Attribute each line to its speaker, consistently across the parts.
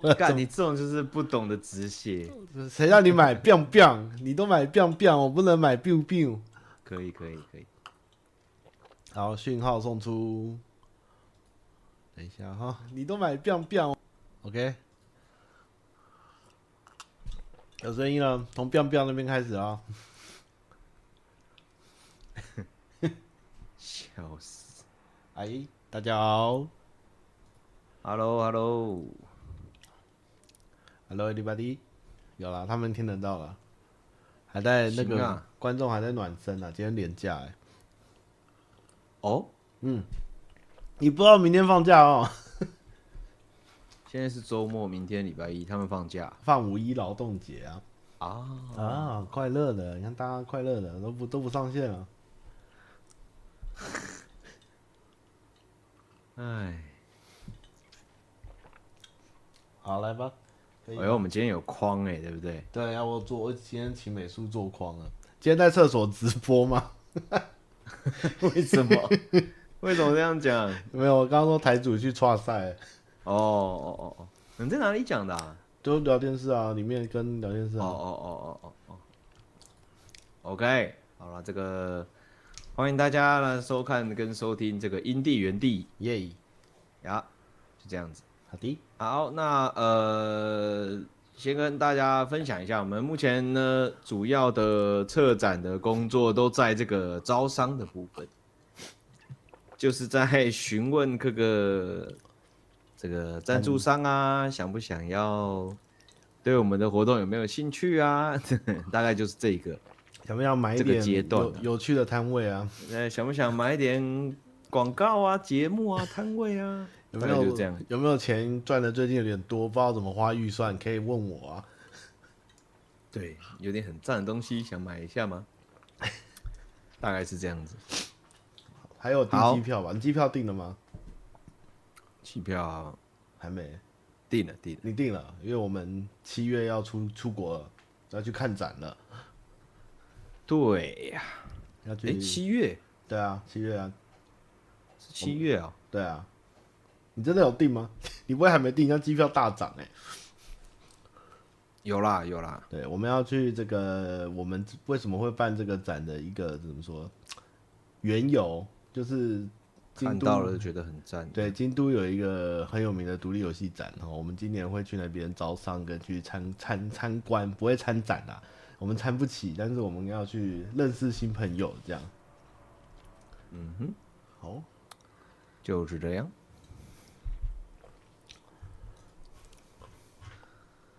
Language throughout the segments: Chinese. Speaker 1: 干你这种就是不懂得止血，
Speaker 2: 谁让你买 biang biang？你都买 biang biang，我不能买 biu biu。
Speaker 1: 可以可以可以，
Speaker 2: 好，讯号送出。等一下哈，你都买 biang biang，OK？有声音了，从 biang biang 那边开始啊。
Speaker 1: 笑死
Speaker 2: 哎，大家好
Speaker 1: ！Hello Hello，
Speaker 2: ，Hello everybody。有啦，他们听得到了，还在那
Speaker 1: 行
Speaker 2: 个、
Speaker 1: 啊
Speaker 2: 观众还在暖身啊，今天连假哎、
Speaker 1: 哦，
Speaker 2: 你不知道明天放假哦，
Speaker 1: 现在是周末，明天礼拜一他们放假
Speaker 2: 放五一劳动节啊。
Speaker 1: 啊，
Speaker 2: 啊，快乐的，你看大家快乐的都不都不上线啊了。
Speaker 1: 哎，
Speaker 2: 好，来吧。可以
Speaker 1: 哎呦，我们今天有框哎、对不 对？
Speaker 2: 对，要我做，我今天请美术做框了。今天在厕所直播吗？
Speaker 1: 为什么？为什么这样讲？
Speaker 2: 没有，我刚刚说台主去串赛，
Speaker 1: 哦哦哦哦，你在哪里讲的、啊？
Speaker 2: 就聊天室啊，里面跟聊天室、
Speaker 1: 哦
Speaker 2: 啊。
Speaker 1: 哦哦哦哦哦，OK，好了，这个欢迎大家来收看跟收听这个因地原地
Speaker 2: 耶、
Speaker 1: 呀，就这样子。
Speaker 2: 好的，
Speaker 1: 好，那呃，先跟大家分享一下，我们目前呢主要的策展的工作都在这个招商的部分，就是在询问各个这个赞助商啊，想不想要对我们的活动有没有兴趣啊？ 大概就是这个，
Speaker 2: 想不想买一
Speaker 1: 这个
Speaker 2: 点
Speaker 1: 阶段
Speaker 2: 有
Speaker 1: 啊
Speaker 2: 有趣的摊位啊？
Speaker 1: 呃，想不想买点广告啊、节目啊、摊位啊？
Speaker 2: 有没
Speaker 1: 大概
Speaker 2: 有
Speaker 1: 就这样？
Speaker 2: 有没有钱赚的最近有点多，不知道怎么花预算，可以问我啊。
Speaker 1: 对，有点很赞的东西，想买一下吗？ 大概是这样子。
Speaker 2: 还有订
Speaker 1: 好
Speaker 2: 机票吧？你机票订了吗？
Speaker 1: 机票
Speaker 2: 还没，
Speaker 1: 定了，定了。
Speaker 2: 你订了，因为我们七月要出出国了，要去看展了，
Speaker 1: 对呀，
Speaker 2: 要去。
Speaker 1: 哎，七月
Speaker 2: 对啊，七月啊，
Speaker 1: 是七月啊、
Speaker 2: 对啊，你真的有订吗？ 你不会还没订，那机票大涨哎、
Speaker 1: 有啦有啦，
Speaker 2: 对，我们要去这个，我们为什么会办这个展的一个怎么说缘由，就是
Speaker 1: 看
Speaker 2: 京
Speaker 1: 到
Speaker 2: 都
Speaker 1: 了就觉得很赞。
Speaker 2: 对京都有一个很有名的独立游戏展哈，我们今年会去那边招商跟去参参参观，不会参展啦，我们参不起，但是我们要去认识新朋友这样。
Speaker 1: 嗯哼，
Speaker 2: 哦，
Speaker 1: 就是这样。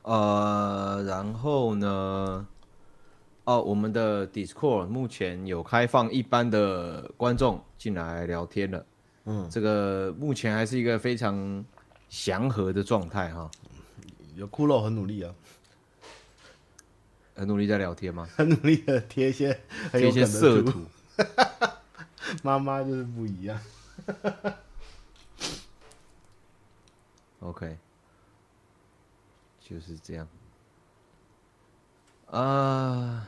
Speaker 1: 呃，然后呢？哦，我们的 Discord 目前有开放一般的观众进来聊天了。
Speaker 2: 嗯，
Speaker 1: 这个目前还是一个非常祥和的状态哈，
Speaker 2: 有骷髅很努力啊，
Speaker 1: 很呃努力在聊天吗？
Speaker 2: 很努力的贴一些
Speaker 1: 这
Speaker 2: 很有
Speaker 1: 些
Speaker 2: 梗的
Speaker 1: 色
Speaker 2: 图
Speaker 1: 图，
Speaker 2: 妈妈就是不一样。
Speaker 1: OK，就是这样。啊，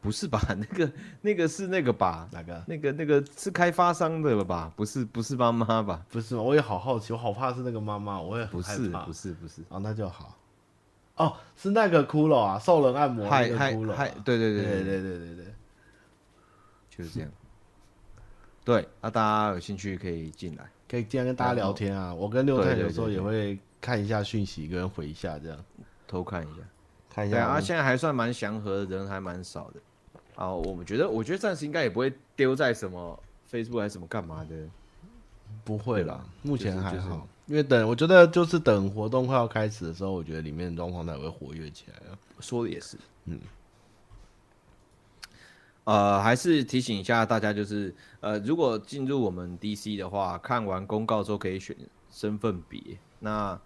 Speaker 1: 不是吧？ 那个那个是那个吧？
Speaker 2: 哪个？
Speaker 1: 那个那个是开发商的了吧？不是不是妈妈吧？
Speaker 2: 不是吗？我也好好奇，我好怕是那个妈妈，我也很
Speaker 1: 不
Speaker 2: 害
Speaker 1: 是
Speaker 2: 怕
Speaker 1: 不是不是，
Speaker 2: 哦，那就好。哦，是那个骷髅啊，兽人按摩那
Speaker 1: 嗨
Speaker 2: 个
Speaker 1: 嗨
Speaker 2: 骷髅啊、
Speaker 1: 嗨，对对
Speaker 2: 对
Speaker 1: 对对，
Speaker 2: 对对对对对
Speaker 1: 就是这样。对，那大家有兴趣可以进来。
Speaker 2: 可以经常跟大家聊天啊。我跟六
Speaker 1: 对
Speaker 2: 太
Speaker 1: 对
Speaker 2: 有时候
Speaker 1: 对
Speaker 2: 也会看一下讯息，跟回一下这样，
Speaker 1: 偷看一下。
Speaker 2: 看一
Speaker 1: 对
Speaker 2: 下。
Speaker 1: 啊，现在还算蛮祥和的，人还蛮少的。啊，我们觉得，我觉得暂时应该也不会丢在什么 Facebook 还是什么干嘛的。
Speaker 2: 不会
Speaker 1: 对
Speaker 2: 啦
Speaker 1: 啦，
Speaker 2: 目前
Speaker 1: 就是
Speaker 2: 还好，
Speaker 1: 就是
Speaker 2: 因为等我觉得就是等活动快要开始的时候，我觉得里面的状况才会活跃起来啊。
Speaker 1: 说的也是，嗯，呃，还是提醒一下大家，就是呃，如果进入我们 DC 的话，看完公告之后可以选身份别。那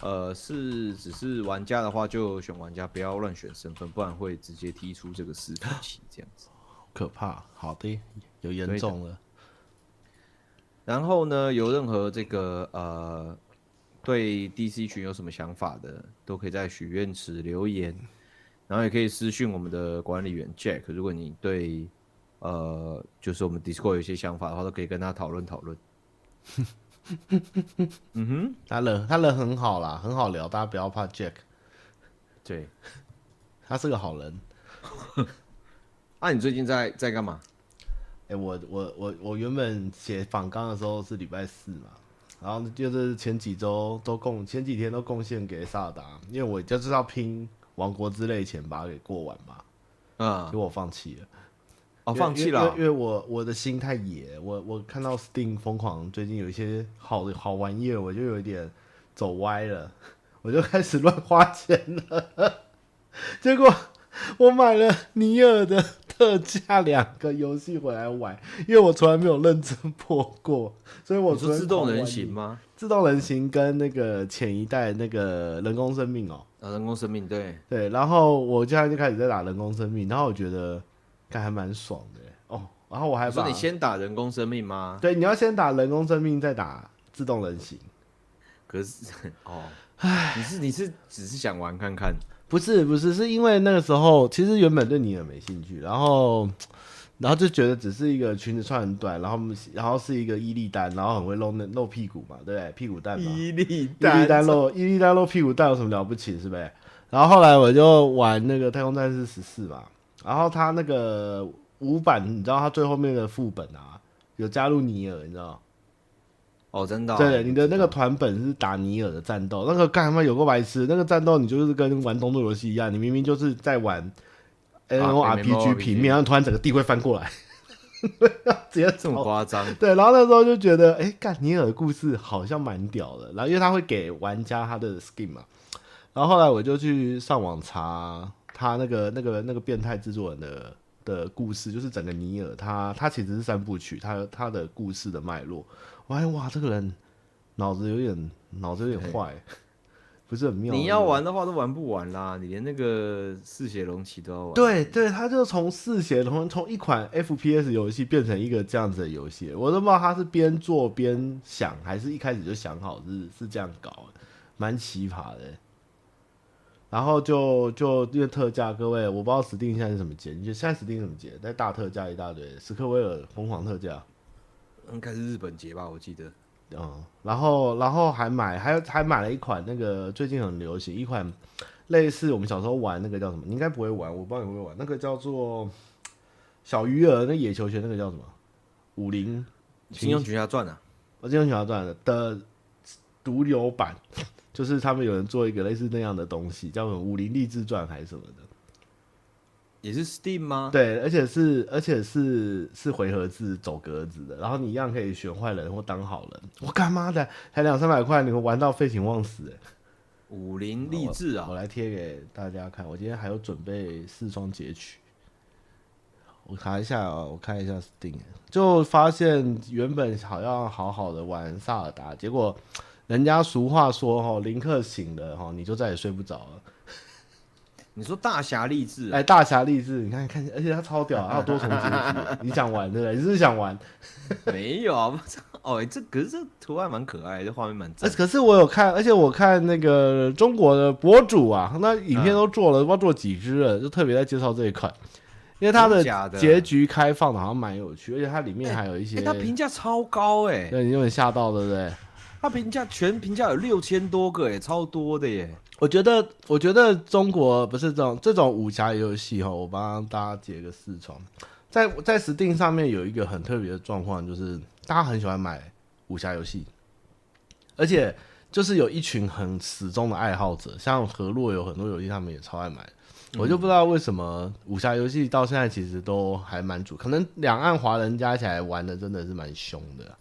Speaker 1: 呃，是只是玩家的话，就选玩家，不要乱选身份，不然会直接踢出这个伺服器这样子。
Speaker 2: 可怕，好的，有严
Speaker 1: 对的
Speaker 2: 重了。
Speaker 1: 然后呢，有任何这个呃对 DC 群有什么想法的，都可以在许愿池留言，然后也可以私讯我们的管理员 Jack。如果你对呃就是我们 Discord 有一些想法的话，都可以跟他讨论讨论。嗯哼，
Speaker 2: 他人他人很好啦，很好聊，大家不要怕 Jack，
Speaker 1: 对。
Speaker 2: 他是个好人。
Speaker 1: 啊，你最近在在干嘛？
Speaker 2: 哎、我我我我原本写访纲的时候是礼拜四嘛，然后就是前几周都贡前几天都贡献给萨尔达，因为我就是要拼王国之泪前把它给过完嘛，
Speaker 1: 啊、
Speaker 2: 结果我放弃了。
Speaker 1: 哦，
Speaker 2: 因为
Speaker 1: 放弃
Speaker 2: 因为
Speaker 1: 了
Speaker 2: 因为因为我我的心太野，我我看到 Steam 疯狂最近有一些好好玩意儿，我就有一点走歪了， 我就开始乱花钱了。 结果我买了尼尔的特价两个游戏回来玩，因为我从来没有认真破过， 所以我
Speaker 1: 你说
Speaker 2: 昨天
Speaker 1: 自动
Speaker 2: 狂
Speaker 1: 人
Speaker 2: 玩
Speaker 1: 形
Speaker 2: 尼
Speaker 1: 吗？
Speaker 2: 自动人形跟那个前一代那个人工生命哦、
Speaker 1: 啊，人工生命对，
Speaker 2: 对，然后我现在就开始在打人工生命，然后我觉得看还蛮爽的欸哦。然后我还
Speaker 1: 你说
Speaker 2: 把
Speaker 1: 你先打人工生命吗？
Speaker 2: 对，你要先打人工生命，再打自动人形。
Speaker 1: 可是 哦，你是你是只是想玩看看
Speaker 2: 不是不是，是因为那个时候其实原本对尼尔没兴趣，然后然后就觉得只是一个裙子穿很短，然后然后是一个伊利丹，然后很会露那露屁股嘛，对不对？屁股蛋嘛，
Speaker 1: 利
Speaker 2: 伊利丹露伊利丹露屁股蛋有什么了不起是呗？然后后来我就玩那个太空战士十四嘛，然后他那个五版，你知道他最后面的副本啊，有加入尼尔，你知道？
Speaker 1: 哦，真的、哦、
Speaker 2: 对，你的那个团本是打尼尔的战斗，那个干嘛有个白痴，那个战斗你就是跟玩动作游戏一样，你明明就是在玩 N 啊 O R P G 平面，然后突然整个地会翻过来， 直 接
Speaker 1: 这么夸张？
Speaker 2: 对，然后那时候就觉得，哎，干尼尔的故事好像蛮屌的。然后因为他会给玩家他的 skin 嘛，然后后来我就去上网查他那个那个那个变态制作人的的故事，就是整个尼尔他他其实是三部曲，他他的故事的脉络。我发现哇，这个人脑子有点脑子有点坏，不是很妙。
Speaker 1: 你要玩的话都玩不完啦，你连那个嗜血龙骑都要玩。，
Speaker 2: 对对，他就从嗜血龙从一款 FPS 游戏变成一个这样子的游戏，我都不知道他是边做边想，还是一开始就想好是是这样搞的，蛮奇葩的。然后就就因为特价，各位我不知道 Steam 现在是什么节，你觉得现在 Steam 什么节？在大特价一大堆，史克威尔疯狂特价，
Speaker 1: 应该是日本节吧，我记得。
Speaker 2: 嗯，然后然后还买，还有还买了一款那个最近很流行一款类似我们小时候玩那个叫什么？你应该不会玩，我不知道你会不会玩那个叫做小鱼儿，那野球拳那个叫什么？武林
Speaker 1: 《金庸群侠传》啊，
Speaker 2: 我金庸群侠传的的毒瘤版，就是他们有人做一个类似那样的东西，叫什么武林励志传还是什么的？
Speaker 1: 也是 Steam 吗？
Speaker 2: 对，而且是而且是是回合制走格子的，然后你一样可以选坏人或当好人。我干妈的，才两三百块，你们玩到废寝忘食、欸
Speaker 1: 武林励志啊
Speaker 2: 我，来贴给大家看。我今天还有准备四双截取，我查一下啊、我看一下 Steam，就发现原本好像好好的玩萨尔达，结果人家俗话说哈、林克醒了哈、你就再也睡不着了。
Speaker 1: 你说大侠励志、啊
Speaker 2: 哎，大侠励志，你看看，而且他超屌，他有多重结局，你想玩对不对？你是不是想玩？
Speaker 1: 没有啊？我操 哦，这可是这图案蛮可爱的，这画面蛮
Speaker 2: 呃
Speaker 1: 赞。
Speaker 2: 可是我有看，而且我看那个中国的博主啊，那影
Speaker 1: 嗯
Speaker 2: 片都做了，不知道做几支了，就特别在介绍这一款，因为它
Speaker 1: 真的假的
Speaker 2: 结局开放的好像蛮有趣，而且它里面还有一
Speaker 1: 哎、
Speaker 2: 些，
Speaker 1: 他评价超高哎、
Speaker 2: 对你有点吓到，对不对？
Speaker 1: 他评价全评价有六千多个哎、超多的耶。
Speaker 2: 我觉得，我觉得中国不是这种这种武侠游戏哈，我帮大家解个四重，在在 Steam 上面有一个很特别的状况，就是大家很喜欢买武侠游戏，而且就是有一群很死忠的爱好者，像河洛有很多游戏，他们也超爱买。我就不知道为什么武侠游戏到现在其实都还蛮主，可能两岸华人加起来玩的真的是蛮凶的啊、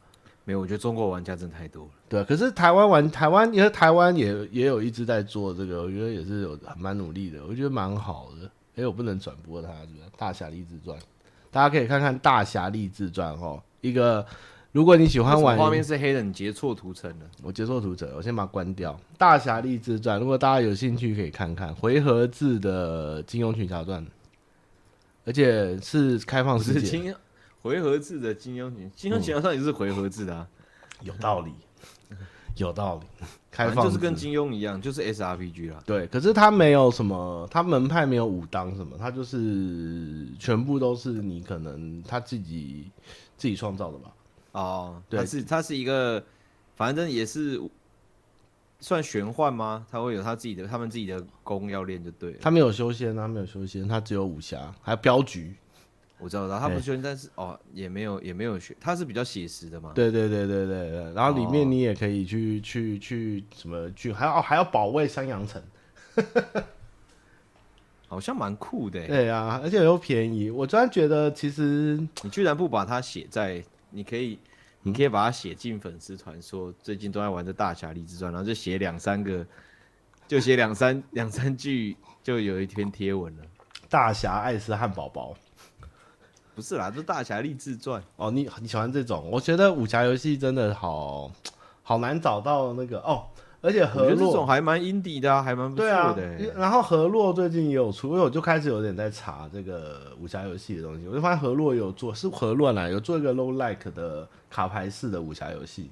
Speaker 1: 没有，我觉得中国玩家真的太多了。
Speaker 2: 对啊，可是台湾玩台湾，因为台湾也也有一直在做这个，我觉得也是有蛮努力的，我觉得蛮好的。哎，我不能转播它，是不是？《大侠立志传》，大家可以看看《大侠立志传》哦。一个，如果你喜欢
Speaker 1: 为什么画
Speaker 2: 玩
Speaker 1: 面，是黑人，你截错图层了。
Speaker 2: 我接受读者，我先把它关掉。《大侠立志传》，如果大家有兴趣，可以看看回合制的《金庸群侠传》，而且是开放
Speaker 1: 不
Speaker 2: 世
Speaker 1: 是
Speaker 2: 界，
Speaker 1: 金回合制的金庸群，
Speaker 2: 嗯
Speaker 1: 金庸群侠传也是回合制的啊，
Speaker 2: 有道理， 有道理，开
Speaker 1: 反正
Speaker 2: 放
Speaker 1: 就是跟
Speaker 2: 世界
Speaker 1: 金庸一样，就是 SRPG 啦。
Speaker 2: 对，可是他没有什么，他门派没有武当什么，他就是全部都是你可能他自己自己创造的吧？
Speaker 1: 哦，
Speaker 2: 对
Speaker 1: 它是它是一个反正也是算玄幻吗？他会有他自己的，他们自己的功要练就对了。
Speaker 2: 他没有修仙，啊他没有修仙，他只有武侠，还有镖局。
Speaker 1: 我知道，然后他不修，但是哦，也没有也没有学，他是比较写实的嘛。
Speaker 2: 对对对对对对，然后里
Speaker 1: 哦
Speaker 2: 面你也可以去、去去什么去，还要、哦还要保卫山阳城。
Speaker 1: 好像蛮酷的欸。
Speaker 2: 对啊，而且又便宜。我突然觉得，其实
Speaker 1: 你居然不把它写在，你可以，你可以把它写进粉丝团，说最近都在玩的《大侠立志传》，然后就写两三个，就写两三两三句，就有一篇贴文了。
Speaker 2: 大侠爱吃汉堡包
Speaker 1: 不是啦，这《大侠立志传》
Speaker 2: 哦，你你喜欢这种？我觉得武侠游戏真的好好难找到那个哦，而且
Speaker 1: 我觉
Speaker 2: 河
Speaker 1: 得这种
Speaker 2: 洛
Speaker 1: 还蛮 indie 的、啊，还蛮不错
Speaker 2: 对啊
Speaker 1: 的欸、，
Speaker 2: 然后河洛最近也有出，因为我就开始有点在查这个武侠游戏的东西，我就发现河洛有做是河洛啦，有做一个 low like 的卡牌式的武侠游戏，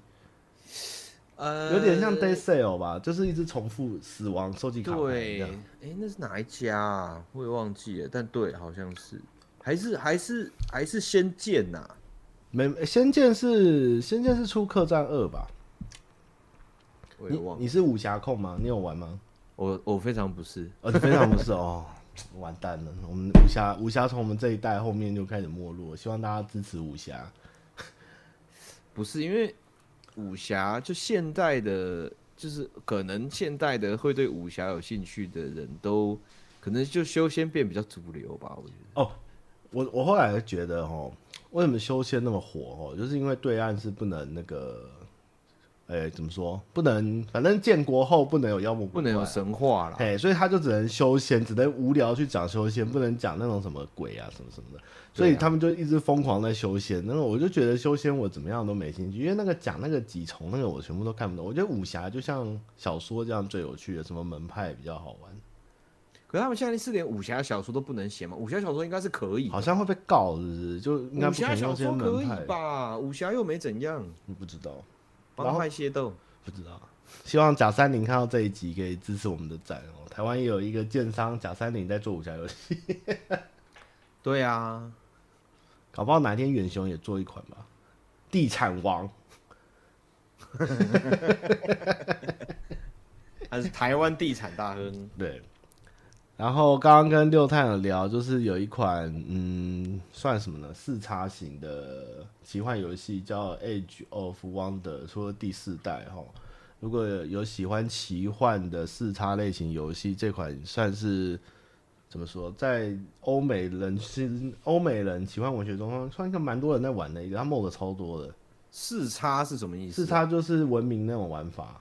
Speaker 1: 呃
Speaker 2: 有点像 Day Sale 吧，就是一直重复死亡收集卡牌一
Speaker 1: 对，
Speaker 2: 样
Speaker 1: 哎、那是哪一家啊？我也忘记了，但对，好像是，还是还是还是仙剑呐、
Speaker 2: 没，《仙剑》是《仙剑》是出客栈二吧？
Speaker 1: 我也
Speaker 2: 你
Speaker 1: 忘了，
Speaker 2: 你是武侠控吗？你有玩吗？
Speaker 1: 我我非常不是，
Speaker 2: 哦，你非常不是哦，完蛋了！我们武侠武侠从我们这一代后面就开始没落，希望大家支持武侠。
Speaker 1: 不是因为武侠，就现代的，就是可能现代的会对武侠有兴趣的人都，可能就修仙变比较主流吧。我觉得
Speaker 2: 我我后来觉得哦，为什么修仙那么火哦，就是因为对岸是不能那个，哎、怎么说？不能，反正建国后不能啊有妖魔鬼
Speaker 1: 不
Speaker 2: 怪
Speaker 1: 能有神话啦。
Speaker 2: 哎，所以他就只能修仙，只能无聊去讲修仙，不能讲那种什么鬼啊什么什么的。所以他们就一直疯狂在修仙。那个我就觉得修仙我怎么样都没兴趣，因为那个讲那个几重那个我全部都看不懂。我觉得武侠就像小说这样最有趣的，什么门派比较好玩，
Speaker 1: 可是他们现在是连武侠小说都不能写嘛？武侠小说应该是可以，
Speaker 2: 好像会被告是不是？就呃应该
Speaker 1: 武
Speaker 2: 不可
Speaker 1: 侠
Speaker 2: 能
Speaker 1: 小
Speaker 2: 用这些
Speaker 1: 说可
Speaker 2: 门
Speaker 1: 以
Speaker 2: 派。
Speaker 1: 吧？武侠又没怎样，
Speaker 2: 不知道，然
Speaker 1: 帮
Speaker 2: 后
Speaker 1: 派械斗。
Speaker 2: 不知道。希望贾三林看到这一集可以支持我们的展哦。台湾也有一个建商贾三林在做武侠游戏，
Speaker 1: 对啊，
Speaker 2: 搞不好哪天远雄也做一款吧。地产王。
Speaker 1: 还是台湾地产大亨。
Speaker 2: 对。然后刚刚跟六探有聊，就是有一款嗯，算什么呢？四叉型的奇幻游戏叫《Age of Wonder》，出了第四代哈。如果有喜欢奇幻的四叉类型游戏，这款算是怎么说，在欧美人心、欧美人奇幻文学中，算一个蛮多人在玩的一个，它 mod 超多的。
Speaker 1: 四叉是什么意思？
Speaker 2: 四，叉就是文明那种玩法，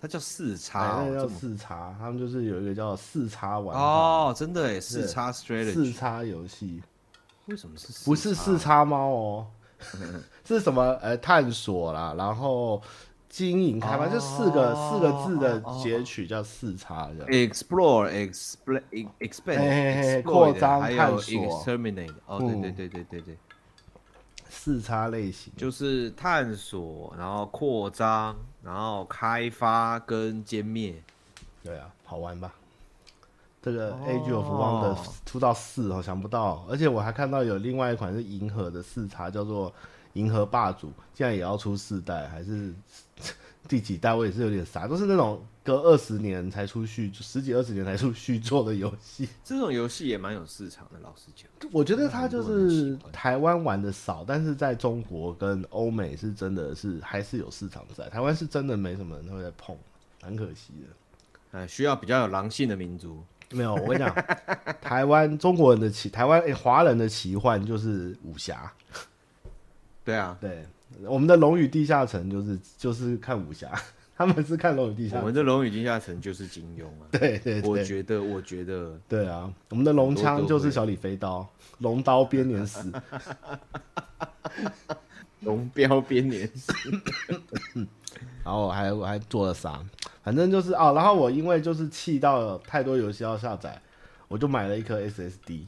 Speaker 1: 它叫四叉
Speaker 2: 哎
Speaker 1: 哦
Speaker 2: 那个
Speaker 1: 这
Speaker 2: 叫
Speaker 1: 么
Speaker 2: 四叉，他们就是有一个叫四叉玩法。
Speaker 1: 哦，真的哎，四叉 strategy
Speaker 2: 四叉游戏，
Speaker 1: 为什么是
Speaker 2: 不是四
Speaker 1: 叉？
Speaker 2: 叉猫 哦，是什么呃探索啦，然后经营开发，
Speaker 1: 哦
Speaker 2: 就四个四个字的截取叫四叉这样。
Speaker 1: 哦 explore、explain、expand、
Speaker 2: 哎扩张
Speaker 1: 还
Speaker 2: 探
Speaker 1: 有
Speaker 2: 索
Speaker 1: exterminate。哦，
Speaker 2: 嗯
Speaker 1: 对对对对对对，
Speaker 2: 四叉类型，
Speaker 1: 就是探索，然后扩张，然后开发跟歼灭。
Speaker 2: 对啊，好玩吧？这个
Speaker 1: 哦
Speaker 2: Age of Wonder 出到四哦，想不到，而且我还看到有另外一款是银河的四叉，叫做银河霸主，竟然也要出四代，还是第几代？我也是有点傻，都是那种隔二十年才出续，十几二十年才出续作的游戏。
Speaker 1: 这种游戏也蛮有市场的，老实讲。
Speaker 2: 我觉得它就是台湾玩的少，但是在中国跟欧美是真的是还是有市场在，台湾是真的没什么人会在碰，蛮可惜的。
Speaker 1: 呃，需要比较有狼性的民族。
Speaker 2: 没有，我跟你 讲，台湾中国人的奇，台湾诶华、人的奇幻就是武侠，
Speaker 1: 对啊，
Speaker 2: 对，我们的《龙与地下城》就是就是看武侠， 他们是看《龙与地下
Speaker 1: 我
Speaker 2: 城
Speaker 1: 们的《龙与地下城》就是金庸啊》，。
Speaker 2: 对对
Speaker 1: 我
Speaker 2: 对。
Speaker 1: 觉得，我觉得
Speaker 2: 对啊，我们的龙枪就是小李飞刀，龙刀编年史，
Speaker 1: 龙标编年史
Speaker 2: 然后我还我还做了啥？反正就是哦，然后我因为就是气到有太多游戏要下载，我就买了一颗 SSD，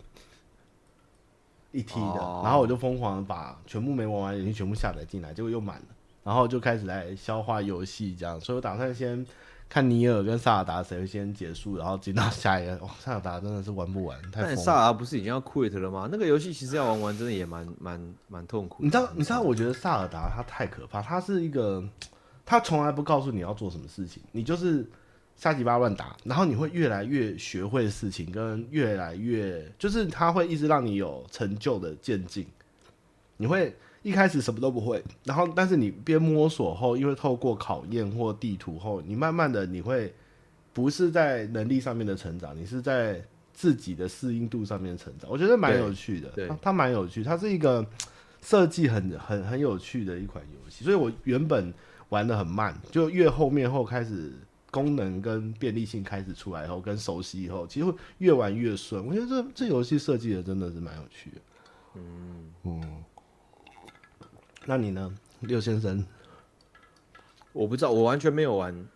Speaker 2: 一 T 的，
Speaker 1: 哦
Speaker 2: 然后我就疯狂地把全部没玩完的游戏全部下载进来，结果又满了，然后就开始来消化游戏这样，所以我打算先看尼尔跟萨尔达谁先结束，然后进到下一个。哇，萨尔达真的是玩不完，太
Speaker 1: 但
Speaker 2: 疯
Speaker 1: 萨
Speaker 2: 了。
Speaker 1: 尔达不是已经要 quit 了吗？那个游戏其实要玩完真的也蛮蛮蛮痛苦的。
Speaker 2: 你知道，你知道，我觉得萨尔达他太可怕，他是一个，他从来不告诉你要做什么事情，你就是瞎鸡巴乱打，然后你会越来越学会事情，跟越来越，就是他会一直让你有成就的渐进。你会一开始什么都不会，然后但是你边摸索后，因为透过考验或地图后，你慢慢的你会不是在能力上面的成长，你是在自己的适应度上面的成长。我觉得蛮有趣的，
Speaker 1: 对对
Speaker 2: 它它蛮有趣，它是一个嘖设计很很很有趣的一款游戏。所以我原本玩的很慢，就越后面后开始。功能跟便利性开始出来后，跟熟悉以后，其实会越玩越顺。我觉得这这游戏设计的真的是蛮有趣的。
Speaker 1: 嗯
Speaker 2: 嗯那你呢，六先生？
Speaker 1: 我不知道，我完全没有玩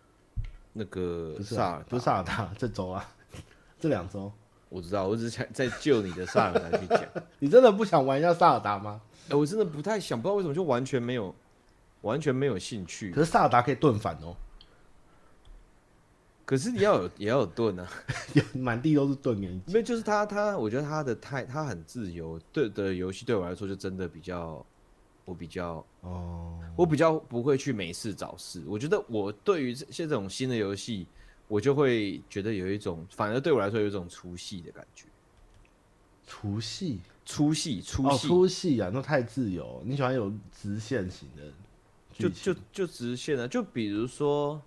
Speaker 1: 那个
Speaker 2: 不是
Speaker 1: 呃萨尔
Speaker 2: 啊，
Speaker 1: 达
Speaker 2: 不是萨尔达，这周啊， 这两周，
Speaker 1: 我知道，我只是想在就你的萨尔达去讲。
Speaker 2: 你真的不想玩一下萨尔达吗？
Speaker 1: 哎、我真的不太想，不知道为什么就完全没有，完全没有兴趣。
Speaker 2: 可是萨尔达可以盾反哦，
Speaker 1: 可是你要有也要有盾啊，
Speaker 2: 有满地都是盾给你。
Speaker 1: 因为就是他他，我觉得他的太他很自由，对的游戏对我来说就真的比较，我比较
Speaker 2: 哦，
Speaker 1: 我比较不会去没事找事。我觉得我对于这这种新的游戏，我就会觉得有一种，反而对我来说有一种出戏的感觉。
Speaker 2: 除夕，
Speaker 1: 出戏，出
Speaker 2: 哦，
Speaker 1: 戏、
Speaker 2: 出戏啊，那太自由，你喜欢有直线型的
Speaker 1: 就
Speaker 2: 剧情，
Speaker 1: 就就直线的，就比如说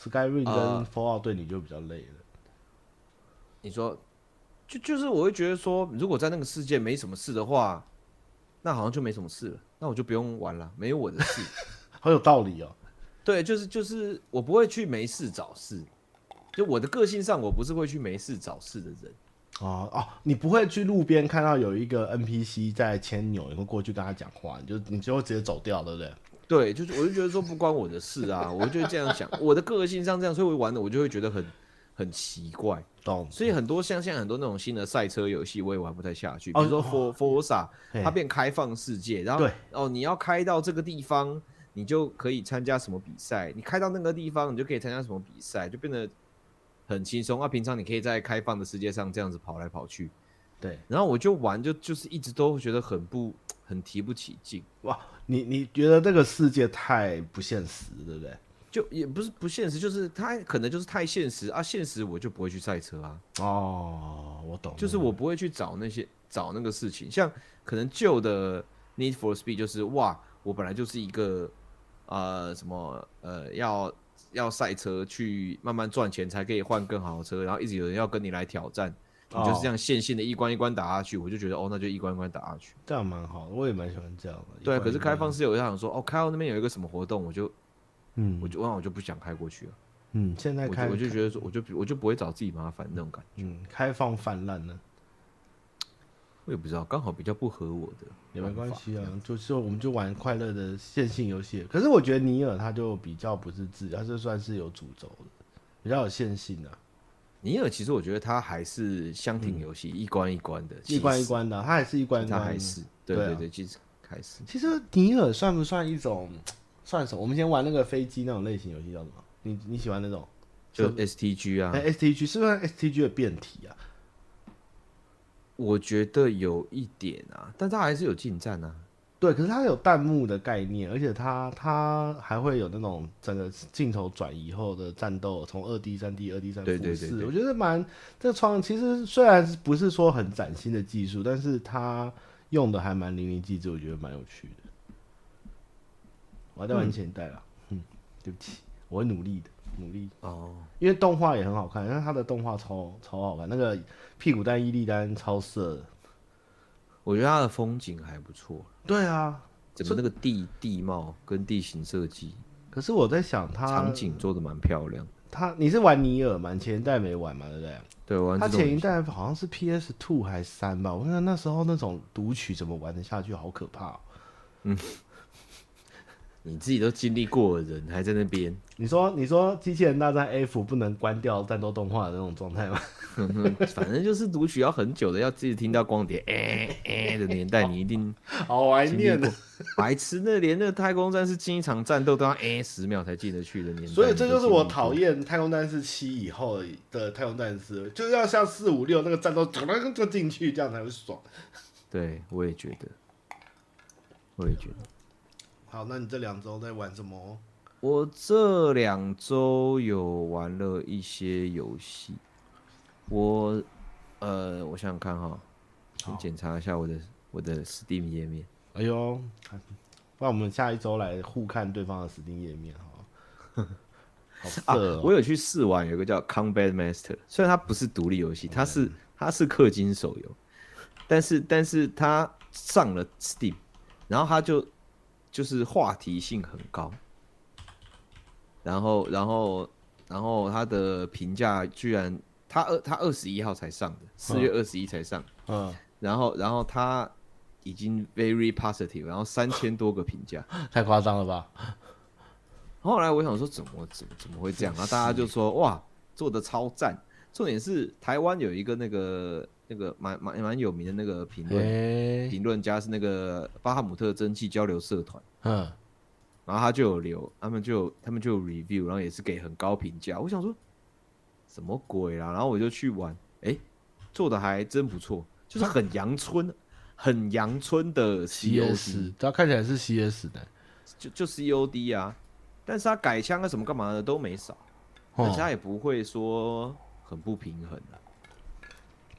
Speaker 2: Skyrim 跟
Speaker 1: 呃
Speaker 2: Fallout 对你就比较累了。
Speaker 1: 你说，就就是我会觉得说，如果在那个世界没什么事的话，那好像就没什么事了，那我就不用玩了，没有我的事。
Speaker 2: 好有道理哦，
Speaker 1: 对，就是就是我不会去没事找事，就我的个性上我不是会去没事找事的人。
Speaker 2: 哦哦，你不会去路边看到有一个 NPC 在牵牛，你会过去跟他讲话，你就你就会直接走掉，对不对？
Speaker 1: 对，就是我就觉得说不关我的事啊，我就这样想，我的个性上这样，所以我玩的我就会觉得很很奇怪。
Speaker 2: 懂？
Speaker 1: 所以很多像现在很多那种新的赛车游戏，我也玩不太下去。比如说 For Forza，
Speaker 2: 哦嘿
Speaker 1: 它变开放世界，然后
Speaker 2: 对
Speaker 1: 哦，你要开到这个地方，你就可以参加什么比赛；你开到那个地方，你就可以参加什么比赛，就变得很轻松。啊，平常你可以在开放的世界上这样子跑来跑去，
Speaker 2: 对，
Speaker 1: 然后我就玩就就是一直都觉得很不很提不起劲，
Speaker 2: 哇，你你觉得这个世界太不现实，对不对？
Speaker 1: 就也不是不现实，就是它可能就是太现实啊，现实我就不会去赛车啊。
Speaker 2: 哦，我懂了，
Speaker 1: 就是我不会去找那些找那个事情，像可能旧的 Need for Speed 就是哇，我本来就是一个呃什么呃要要赛车去慢慢赚钱才可以换更好的车，然后一直有人要跟你来挑战，你
Speaker 2: 哦
Speaker 1: 就是这样线性的一关一关打下去，我就觉得哦那就一关一关打下去。
Speaker 2: 这样蛮好的，我也蛮喜欢这样的。
Speaker 1: 对啊，
Speaker 2: 哦一般
Speaker 1: 可是开放，式有一想说哦开到那边有一个什么活动，我就
Speaker 2: 嗯
Speaker 1: 我就那我就不想开过去了，
Speaker 2: 嗯，现在
Speaker 1: 我就
Speaker 2: 开
Speaker 1: 我就觉得说我就我就不会找自己麻烦那种感觉，
Speaker 2: 嗯开放泛滥了，
Speaker 1: 我也不知道刚好比较不合我的
Speaker 2: 也没
Speaker 1: 玩
Speaker 2: 关
Speaker 1: 法
Speaker 2: 系啊，就是我们就玩快乐的线性游戏。可是我觉得尼尔他就比较不是自由，他就算是有主轴的，比较有线性啊，
Speaker 1: 尼尔其实我觉得他还是箱庭游戏，一关一关的，
Speaker 2: 嗯一关
Speaker 1: 其
Speaker 2: 一
Speaker 1: 实
Speaker 2: 关的啊，他还是一关一
Speaker 1: 他
Speaker 2: 关的。
Speaker 1: 还是对
Speaker 2: 对啊
Speaker 1: 对对，其实还是
Speaker 2: 其实尼尔算不算一种算什么？我们先玩那个飞机那种类型游戏叫什么？你你喜欢那种？
Speaker 1: 就 STG 啊，
Speaker 2: 哎、s t g 是不是 STG 的变体啊？
Speaker 1: 我觉得有一点啊，但他还是有进站啊。
Speaker 2: 对，可是它有弹幕的概念，而且它它还会有那种整个镜头转移后的战斗，从二 D、三 D、二 D、三
Speaker 1: 对
Speaker 2: 复
Speaker 1: 对对
Speaker 2: 式，
Speaker 1: 对
Speaker 2: 我觉得蛮这个创其实虽然是不是说很崭新的技术，但是它用的还蛮淋漓尽致，我觉得蛮有趣的。我还在玩前代啦，嗯对不起，我会努力的，努力，
Speaker 1: 哦，
Speaker 2: 因为动画也很好看，因为它的动画超超好看，那个屁股蛋伊利丹超色的，
Speaker 1: 我觉得他的风景还不错，
Speaker 2: 对啊，
Speaker 1: 整个那个地地貌跟地形设计、
Speaker 2: 可是我在想它
Speaker 1: 场景做的蛮漂亮。
Speaker 2: 他你是玩尼尔嘛？你前一代没玩嘛，对不对？
Speaker 1: 对，我玩
Speaker 2: 他
Speaker 1: 啊这种
Speaker 2: 前一代好像是 PS Two 还是三吧？我看那时候那种读取怎么玩得下去，好可怕、哦。嗯，
Speaker 1: 你自己都经历过的人还在那边，
Speaker 2: 你说你说机器人大战 F 不能关掉战斗动画的那种状态吗？
Speaker 1: 反正就是读取要很久的，要自己听到光碟哎哎的 年代，你一定
Speaker 3: 好怀
Speaker 2: 啊
Speaker 3: 念的。
Speaker 1: 白痴。那连那个太空战士进一场战斗都要哎十秒才进得去的年代，
Speaker 3: 所以这就是我讨
Speaker 1: 厌。
Speaker 3: 厌《太空战士七》以后的《太空战士》，就是要像四五六那个战斗，就进去，这样才会爽。
Speaker 1: 对，我也觉得，我也觉得。
Speaker 3: 好，那你这两周在玩什么？
Speaker 1: 我这两周有玩了一些游戏，我呃，我想想看哈，先检查一下我的我的 Steam 页面。
Speaker 2: 哎呦，那我们下一周来互看对方的 Steam 页面好了， 好
Speaker 1: 啊
Speaker 2: 色、哦，
Speaker 1: 我有去试玩，有一个叫《Combat Master》，虽然它不是独立
Speaker 2: 哦
Speaker 1: 游戏，它是它是氪金手游，但是但是它上了 Steam，然后它就就是话题性很高，然后然后然后它的评价居然它二它二十一号才上的，四月二十一才上，
Speaker 2: 嗯，
Speaker 1: 然后然后它已经 very positive，然后三千多个评价。
Speaker 2: 太夸张了吧？
Speaker 1: 后来我想说，怎么怎么怎么会这样？然后大家就说，哇，做的超赞。重点是台湾有一个那个那个蛮蛮蛮有名的那个评论
Speaker 2: 哎、
Speaker 1: 评论家是那个巴哈姆特蒸汽交流社团，
Speaker 2: 嗯，
Speaker 1: 然后他就有留，他们就有他们就有 review，然后也是给很高评价。我想说，什么鬼啦？然后我就去玩，哎，做的还真不错，就是很阳春，很阳春的 COC。
Speaker 2: CS，它啊看起来是 CS 的，
Speaker 1: 就就 COD 啊，但是他改枪啊什么干嘛的都没少，
Speaker 2: 哦
Speaker 1: 而且他也不会说很不平衡啊。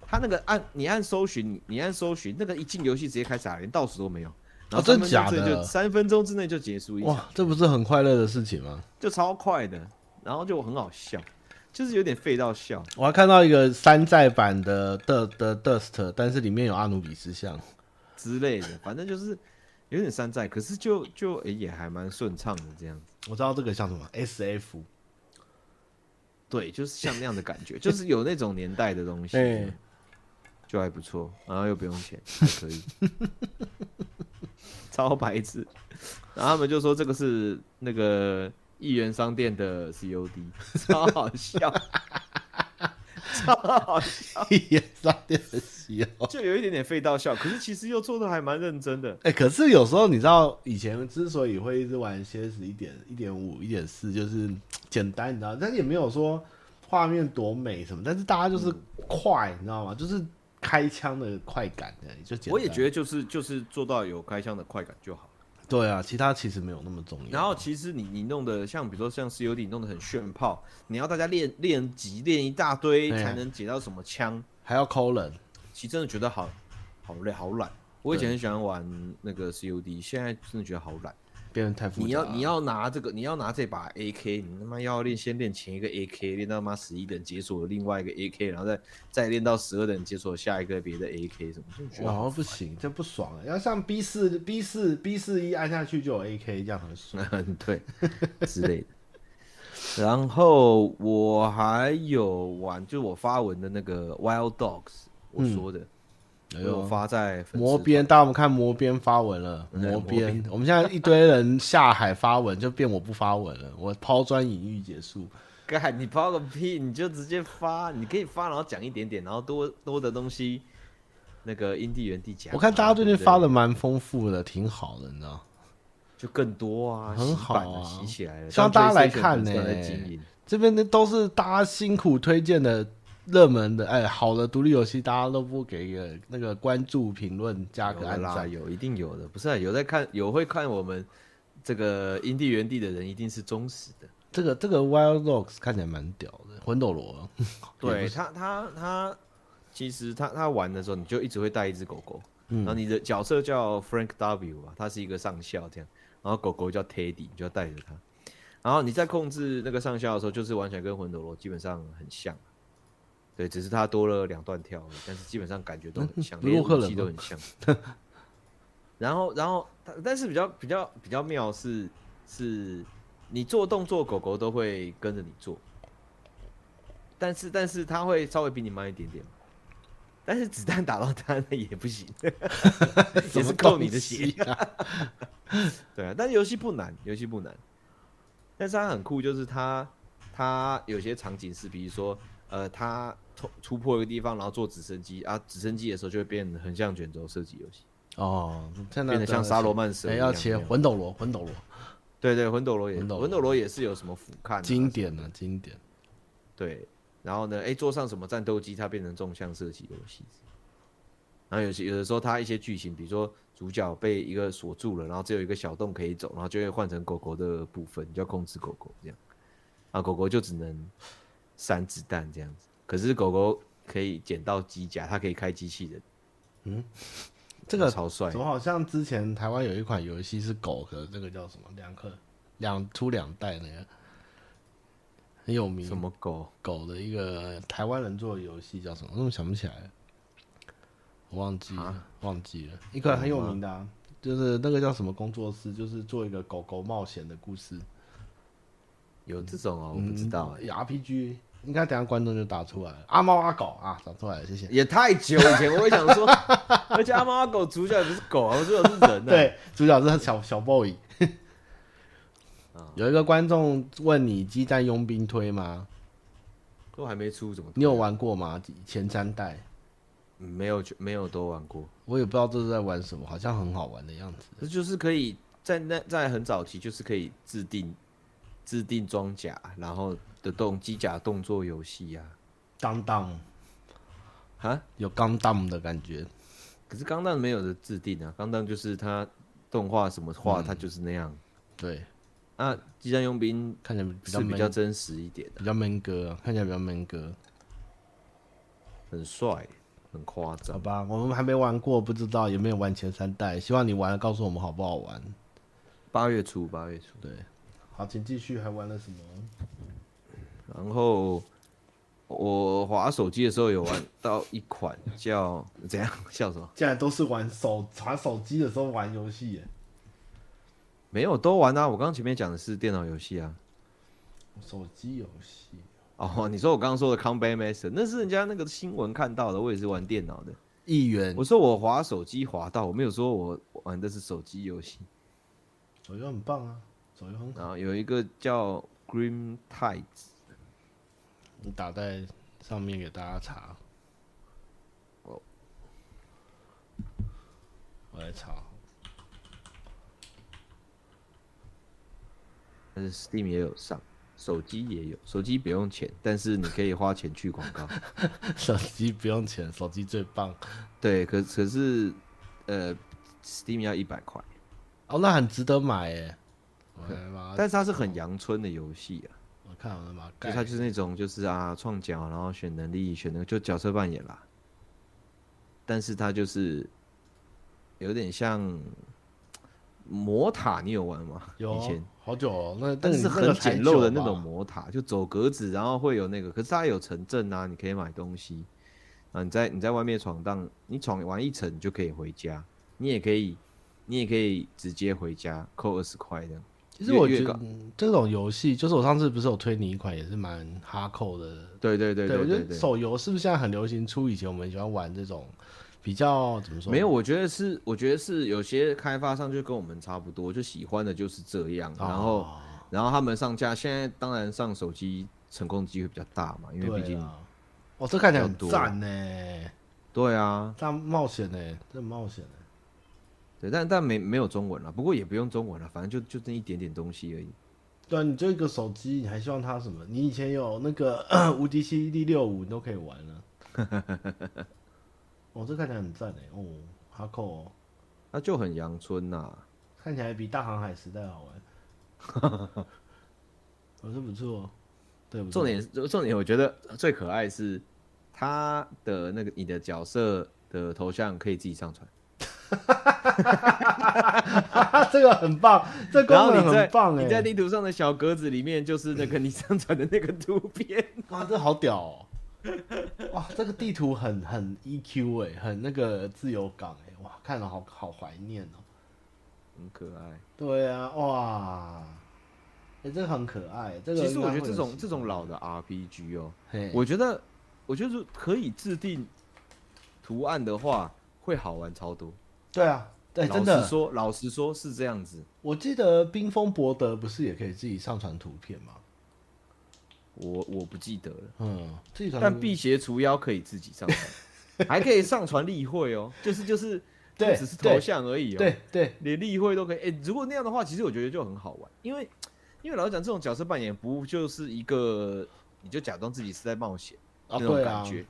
Speaker 1: 他那个按你按搜寻，你你按搜寻，那个一进游戏直接开始打，连倒数都没有。然后
Speaker 2: 哦真
Speaker 1: 三
Speaker 2: 的
Speaker 1: 分
Speaker 2: 假
Speaker 1: 钟
Speaker 2: 的
Speaker 1: 之内就三分钟之内就结束一场，
Speaker 2: 哇，这不是很快乐的事情吗？
Speaker 1: 就超快的，然后就很好笑，就是有点废到笑。
Speaker 2: 我还看到一个山寨版的的的 Dust，但是里面有阿努比斯像，
Speaker 1: 之类的，反正就是有点山寨，可是就就、诶也还蛮顺畅的这样子。
Speaker 2: 我知道这个像什么 SF，
Speaker 1: 对，就是像那样的感觉，就是有那种年代的东西，
Speaker 2: 哎
Speaker 1: 就还不错，然后又不用钱，还可以， 超白痴。然后他们就说这个是那个一元商店的 COD，超好笑，超好笑，
Speaker 2: 一眼商店的 c 哦。
Speaker 1: 就有一点点废到笑，可是其实又做的还蛮认真的。
Speaker 2: 哎、可是有时候你知道，以前之所以会一直玩 CS 一点、一点五、一点四，就是简单，你知道，但也没有说画面多美什么，但是大家
Speaker 1: 嗯
Speaker 2: 就是快，你知道吗？就是开枪的快感而已，就简单。
Speaker 1: 我也觉得就是就是做到有开箱的快感就好。
Speaker 2: 对啊，其他其实没有那么重要。
Speaker 1: 然后其实你你弄的像比如说像 COD 你弄得很炫炮，你要大家练练级练一大堆
Speaker 2: 对啊
Speaker 1: 才能解到什么枪，
Speaker 2: 还要抠人，
Speaker 1: 其实真的觉得好好累好懒。我以前很喜欢玩那个 COD，现在真的觉得好懒。
Speaker 2: 变得太复杂。
Speaker 1: 你要你要拿这个，你要拿这把 AK，你他妈要练先练前一个 AK，练到他妈十一等解锁另外一个 AK，然后再再练到十二等解锁下一个别的 AK 什么，就觉得
Speaker 2: 哇，不行，这不爽、欸。要像 B 四 B 四 B 四一按下去就有 AK，这样很爽。
Speaker 1: 嗯， 对之类的。然后我还有玩，就是我发文的那个 Wild Dogs，我说的，
Speaker 2: 嗯
Speaker 1: 我
Speaker 2: 哎
Speaker 1: 有
Speaker 2: 呦，
Speaker 1: 发在粉丝
Speaker 2: 魔
Speaker 1: 团，
Speaker 2: 边，大家我们看魔边发文了，
Speaker 1: 嗯
Speaker 2: 魔
Speaker 1: 魔
Speaker 2: 边，我们现在一堆人下海发文，就变我不发文了，我抛砖引玉结束。
Speaker 1: 干你抛个屁，你就直接发，你可以发，然后讲一点点，然后多多的东西，那个因地原地讲啊。
Speaker 2: 我看大家最近
Speaker 1: 对不对
Speaker 2: 发的蛮丰富的，挺好的，你知道？
Speaker 1: 就更多啊，
Speaker 2: 很
Speaker 1: 洗
Speaker 2: 好
Speaker 1: 版了
Speaker 2: 啊
Speaker 1: 洗起来了，
Speaker 2: 希望
Speaker 1: 当
Speaker 2: 大家来
Speaker 1: PlayStation
Speaker 2: 看
Speaker 1: 粉丝团在
Speaker 2: 呢
Speaker 1: 经营
Speaker 2: 这边的都是大家辛苦推荐的热门的，哎，好的独立游戏，大家都不给个那个关注、评论、加
Speaker 1: 有
Speaker 2: 个
Speaker 1: 的
Speaker 2: 按
Speaker 1: 啦，
Speaker 2: 赞。
Speaker 1: 有一定有的，不是啊、有在看，有会看我们这个因地原地的人，一定是忠实的。
Speaker 2: 这个这个 Wild Dogs 看起来蛮屌的，魂斗罗。
Speaker 1: 对他，他他其实他他玩的时候，你就一直会带一只狗狗，
Speaker 2: 嗯
Speaker 1: 然后你的角色叫 Frank W 吧，他是一个上校这样，然后狗狗叫 Teddy，你就要带着它。然后你在控制那个上校的时候，就是玩起来跟魂斗罗基本上很像，对，只是它多了两段跳而已，但是基本上感觉都很像，
Speaker 2: 嗯
Speaker 1: 连
Speaker 2: 洛克
Speaker 1: 武
Speaker 2: 人
Speaker 1: 器
Speaker 2: 吗
Speaker 1: 都很像。 然后，然后，它但是比较比较比较妙是是，你做动作，狗狗都会跟着你做，但是但是它会稍微比你慢一点点嘛，但是子弹打到他那也不 行，
Speaker 2: 什
Speaker 1: 也
Speaker 2: 么
Speaker 1: 是
Speaker 2: 东
Speaker 1: 扣你的血
Speaker 2: 西。啊？
Speaker 1: 对啊，但游戏不难，游戏不难，但是它很酷，就是它它有些场景是，比如说呃，它突突破一个地方，然后坐直升机啊，直升机的时候就会变得很像卷轴射击游戏，
Speaker 2: 哦，现在
Speaker 1: 变得像沙罗曼蛇
Speaker 2: 哎，
Speaker 1: 一
Speaker 2: 要
Speaker 1: 样。
Speaker 2: 切魂斗罗，魂斗罗，
Speaker 1: 对对，魂斗罗也
Speaker 2: 魂斗罗
Speaker 1: 魂斗罗也是有什么俯瞰、啊、
Speaker 2: 经典啊，经典。
Speaker 1: 对，然后呢，哎，坐上什么战斗机，它变成纵向射击游戏。然后有些有的时候，它一些剧情，比如说主角被一个锁住了，然后只有一个小洞可以走，然后就会换成狗狗的部分，你就要控制狗狗这样。啊，狗狗就只能散子弹这样子，可是狗狗可以捡到机甲，它可以开机器人，
Speaker 2: 这个
Speaker 1: 超帅
Speaker 2: 怎。么好像之前台湾有一款游戏是狗的，这个叫什么？两颗两出两代那个很有名，
Speaker 1: 什么狗？
Speaker 2: 狗的一个台湾人做的游戏叫什么？我怎么想不起来了？我忘记
Speaker 1: 啊
Speaker 2: 了，忘记了。一个很有名的、啊，就是那个叫什么工作室，就是做一个狗狗冒险的故事。
Speaker 1: 有这种哦，我不知道哎、
Speaker 2: 嗯 RPG 应该等一下观众就打出来了。阿猫阿狗啊，打出来了，谢谢。
Speaker 1: 也太久以前，我也想说， 而且阿猫阿狗主角也不是狗啊，主角是人啊。
Speaker 2: 对，主角是小小 boy。有一个
Speaker 3: 嗯
Speaker 2: 观众问你激战佣兵推吗？
Speaker 1: 都还没出，怎么
Speaker 2: 你有
Speaker 3: 啊
Speaker 2: 玩过吗？前三代，
Speaker 1: 嗯没有没有都玩过？
Speaker 2: 我也不知道这是在玩什么，好像很好玩的样子。
Speaker 1: 这就是可以在那在很早期，就是可以制定制定装甲，然后的动机甲动作游戏啊呀、
Speaker 2: 当当
Speaker 1: 啊，哈。
Speaker 2: 有刚当的感觉，
Speaker 1: 可是钢弹没有的制定啊，钢弹就是它动画什么画，它就是那样。
Speaker 2: 对，
Speaker 1: 啊，机战佣
Speaker 3: 嗯
Speaker 1: 兵
Speaker 2: 看起来比较
Speaker 1: 是
Speaker 2: man,
Speaker 1: 比较真实一点的，
Speaker 2: 比较 man 哥、啊，看起来比较 man 哥。
Speaker 1: 很帅，很夸
Speaker 2: 好
Speaker 3: 啊
Speaker 1: 张。
Speaker 2: 吧，我们还没玩过，不知道也没有玩前三代，希望你玩了告诉我们好不好玩。
Speaker 1: 八月初，八月初。
Speaker 2: 对，好，请继续，还玩了什么？
Speaker 1: 然后我滑手机的时候有玩到一款叫怎样笑
Speaker 2: 啊
Speaker 1: 什么？
Speaker 3: 竟然都是玩手查手机的时候玩游戏耶，
Speaker 1: 没有都玩啊！我刚刚前面讲的是电脑游戏啊。
Speaker 3: 手机游戏
Speaker 1: 哦，你说我刚刚说的 Combat Master，那是人家那个新闻看到的，我也是玩电脑的。
Speaker 2: 议员，
Speaker 1: 我说我滑手机滑到，我没有说我玩的是手机游戏。
Speaker 2: 手游很棒啊，手游很好，
Speaker 1: 然后有一个叫 Green Tides，
Speaker 2: 你打在上面给大家查。我来查，
Speaker 1: 但是 Steam 也有上，手机也有，手机不用钱，但是你可以花钱去广告。
Speaker 2: 手机不用钱，手机最棒。
Speaker 1: 对，可可是呃，Steam 要一百块，
Speaker 2: 哦，那很值得买诶。我来把它，
Speaker 1: 但是它是很阳春的游戏啊，
Speaker 2: 我看我的妈，
Speaker 1: 就它
Speaker 2: 盖
Speaker 1: 就是那种就是啊创角，然后选能力，选那个就角色扮演啦。但是它就是有点像魔塔，你有玩吗？
Speaker 2: 有啊
Speaker 1: 以前，
Speaker 2: 好久哦，那
Speaker 1: 但
Speaker 2: 那
Speaker 1: 是
Speaker 2: 个那
Speaker 1: 很
Speaker 2: 个才
Speaker 1: 简
Speaker 2: 久
Speaker 1: 陋的那
Speaker 2: 吧
Speaker 1: 种魔塔，就走格子，然后会有那个，可是它有城镇啊，你可以买东西啊。你在你在外面闯荡，你闯完一层你就可以回家，你也可以你也可以直接回家扣二十块这样。
Speaker 2: 其实
Speaker 1: 越
Speaker 2: 我
Speaker 1: 越
Speaker 2: 觉得
Speaker 1: 高
Speaker 2: 嗯这种游戏，就是我上次不是有推你一款也是蛮哈扣的，
Speaker 1: 对对对
Speaker 2: 我觉
Speaker 1: 对
Speaker 2: 得手游是不是现在很流行出以前我们喜欢玩这种比较怎么说？哦
Speaker 1: 没有，我觉得是，我觉得是有些开发商就跟我们差不多，就喜欢的就是这样。
Speaker 2: 哦
Speaker 1: 然后，然后他们上架，现在当然上手机成功机会比较大嘛，因为毕
Speaker 2: 对
Speaker 1: 竟
Speaker 2: 啊，哦，这看起来
Speaker 1: 比
Speaker 2: 很
Speaker 1: 较多
Speaker 2: 赞呢，
Speaker 1: 对啊，
Speaker 2: 这冒险呢，这冒险呢，
Speaker 1: 对，但但没没有中文了，不过也不用中文了，反正就就那一点点东西而已。
Speaker 2: 对啊，你就一个手机，你还希望它什么？你以前有那个 无敌西第六五，你都可以玩 了。哦，这看起来很赞呢，哦，哈扣哦，
Speaker 1: 那就很阳春呐、
Speaker 2: 看起来比大航海时代好玩。 我说不错哦，对不错
Speaker 1: 重点是重点，我觉得最可爱是他的那个你的角色的头像可以自己上传，
Speaker 2: 啊， 这个很棒，这功
Speaker 1: 然后
Speaker 2: 能
Speaker 1: 你在
Speaker 2: 很棒哎、
Speaker 1: 你在地图上的小格子里面就是那个你上传的那个图片，
Speaker 2: 哇，这好屌哦！哇，这个地图很很 EQ 哎、很那个自由港哎、哇，看了好好怀念哦。
Speaker 1: 很可爱。
Speaker 2: 对啊，哇，哎、这个很可爱、这个
Speaker 1: 其实我
Speaker 2: 应
Speaker 1: 觉
Speaker 2: 该会
Speaker 1: 得这
Speaker 2: 有
Speaker 1: 种
Speaker 2: 喜
Speaker 1: 这种老的 RPG 哦，
Speaker 2: 嘿
Speaker 1: 我觉得我觉得可以制定图案的话，会好玩超多。
Speaker 2: 对啊，对，真的
Speaker 1: 老实，说，老实说是这样子。
Speaker 2: 我记得冰封博德不是也可以自己上传图片吗？
Speaker 1: 我我不记得了，
Speaker 2: 嗯，自己上传
Speaker 1: 但辟邪除妖可以自己上传，还可以上传例会哦，就是就是，
Speaker 2: 对
Speaker 1: 不只是头像而已哦，
Speaker 2: 对对，
Speaker 1: 连例会都可以。哎、如果那样的话，其实我觉得就很好玩，因为因为老实讲，这种角色扮演不就是一个，你就假装自己是在冒险、
Speaker 2: 啊，
Speaker 1: 那种
Speaker 2: 对
Speaker 1: 感
Speaker 2: 啊，
Speaker 1: 觉，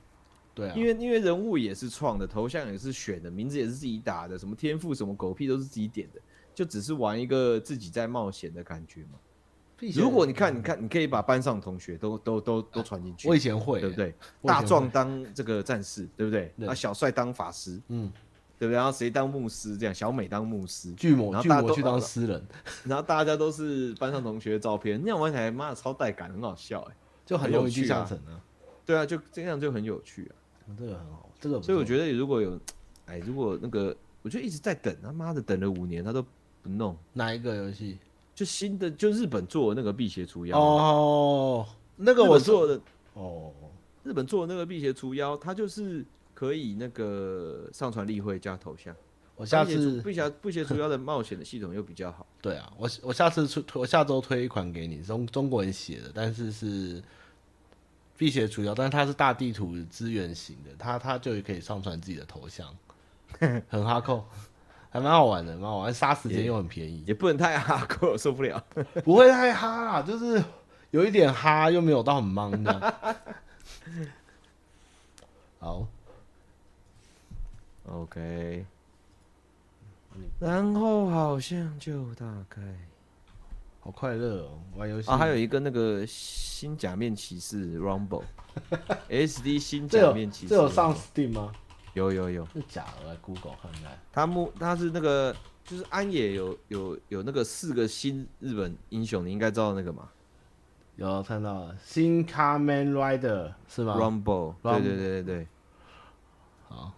Speaker 2: 对啊，
Speaker 1: 因为因为人物也是创的，头像也是选的，名字也是自己打的，什么天赋什么狗屁都是自己点的，就只是玩一个自己在冒险的感觉嘛。
Speaker 2: 辟邪
Speaker 1: 如果你看，你看，你可以把班上同学都都都都传进去，
Speaker 2: 啊我以前会，欸
Speaker 1: 对不？对？
Speaker 2: 我以前
Speaker 1: 大
Speaker 2: 会
Speaker 1: 壮当这个战士，对不对？
Speaker 2: 对
Speaker 1: 啊，小帅当法师，
Speaker 2: 嗯，
Speaker 1: 对不对？然后谁当牧师？这样，小美当牧师，
Speaker 2: 巨
Speaker 1: 然
Speaker 2: 魔
Speaker 1: 后
Speaker 2: 巨
Speaker 1: 大家
Speaker 2: 魔
Speaker 1: 都呃
Speaker 2: 去当诗人，
Speaker 1: 然后大家都是班上同学的照片，那样玩起来妈的超带感，很好笑哎、
Speaker 2: 就很
Speaker 1: 很
Speaker 2: 容易
Speaker 1: 有趣啊
Speaker 2: 去上层啊。
Speaker 1: 对啊，就这样就很有趣啊。
Speaker 2: 嗯这个很好，这个不错
Speaker 1: 所以我觉得如果有，哎，如果那个，我就一直在等，他妈的等了五年，他都不弄。
Speaker 2: 哪一个游戏？
Speaker 1: 就新的，就日本做的那个辟邪除妖，
Speaker 2: 哦，那
Speaker 1: 日
Speaker 2: 个
Speaker 1: 本
Speaker 2: 我
Speaker 1: 做的
Speaker 2: 哦，
Speaker 1: 日本做的那个辟邪除妖，它就是可以那个上传例会加头像。
Speaker 2: 我下
Speaker 1: 辟邪除
Speaker 2: 次
Speaker 1: 辟邪辟邪除妖的冒险的系统又比较好，
Speaker 2: 对啊，我我下次出我下周推一款给你，中中国人写的，但是是辟邪除妖，但是它是大地图资源型的，它它就可以上传自己的 头像，很哈扣，还蛮好玩的，蛮好玩，杀时间又很便宜，
Speaker 1: 也不能太 哈扣，我受不了。
Speaker 2: 不会太哈啦，就是有一点哈，又没有到很忙 的。好，
Speaker 1: OK，然后好像就大概
Speaker 2: 好快乐哦，玩游戏
Speaker 1: 啊，还有一个那个新假面骑士 Rumble，SD 新
Speaker 2: 这
Speaker 1: 假
Speaker 2: 有
Speaker 1: 面骑士，
Speaker 2: 这有上 Steam 吗？
Speaker 1: 有有有，
Speaker 2: 是假的，我来 Google 看看。
Speaker 1: 他目他是那个就是安野有有有那个四个新日本英雄，你应该知道那个嘛
Speaker 2: 有看到了新 Carmen Rider 是吗？
Speaker 1: ，Rumble，对对对对对，
Speaker 2: 好，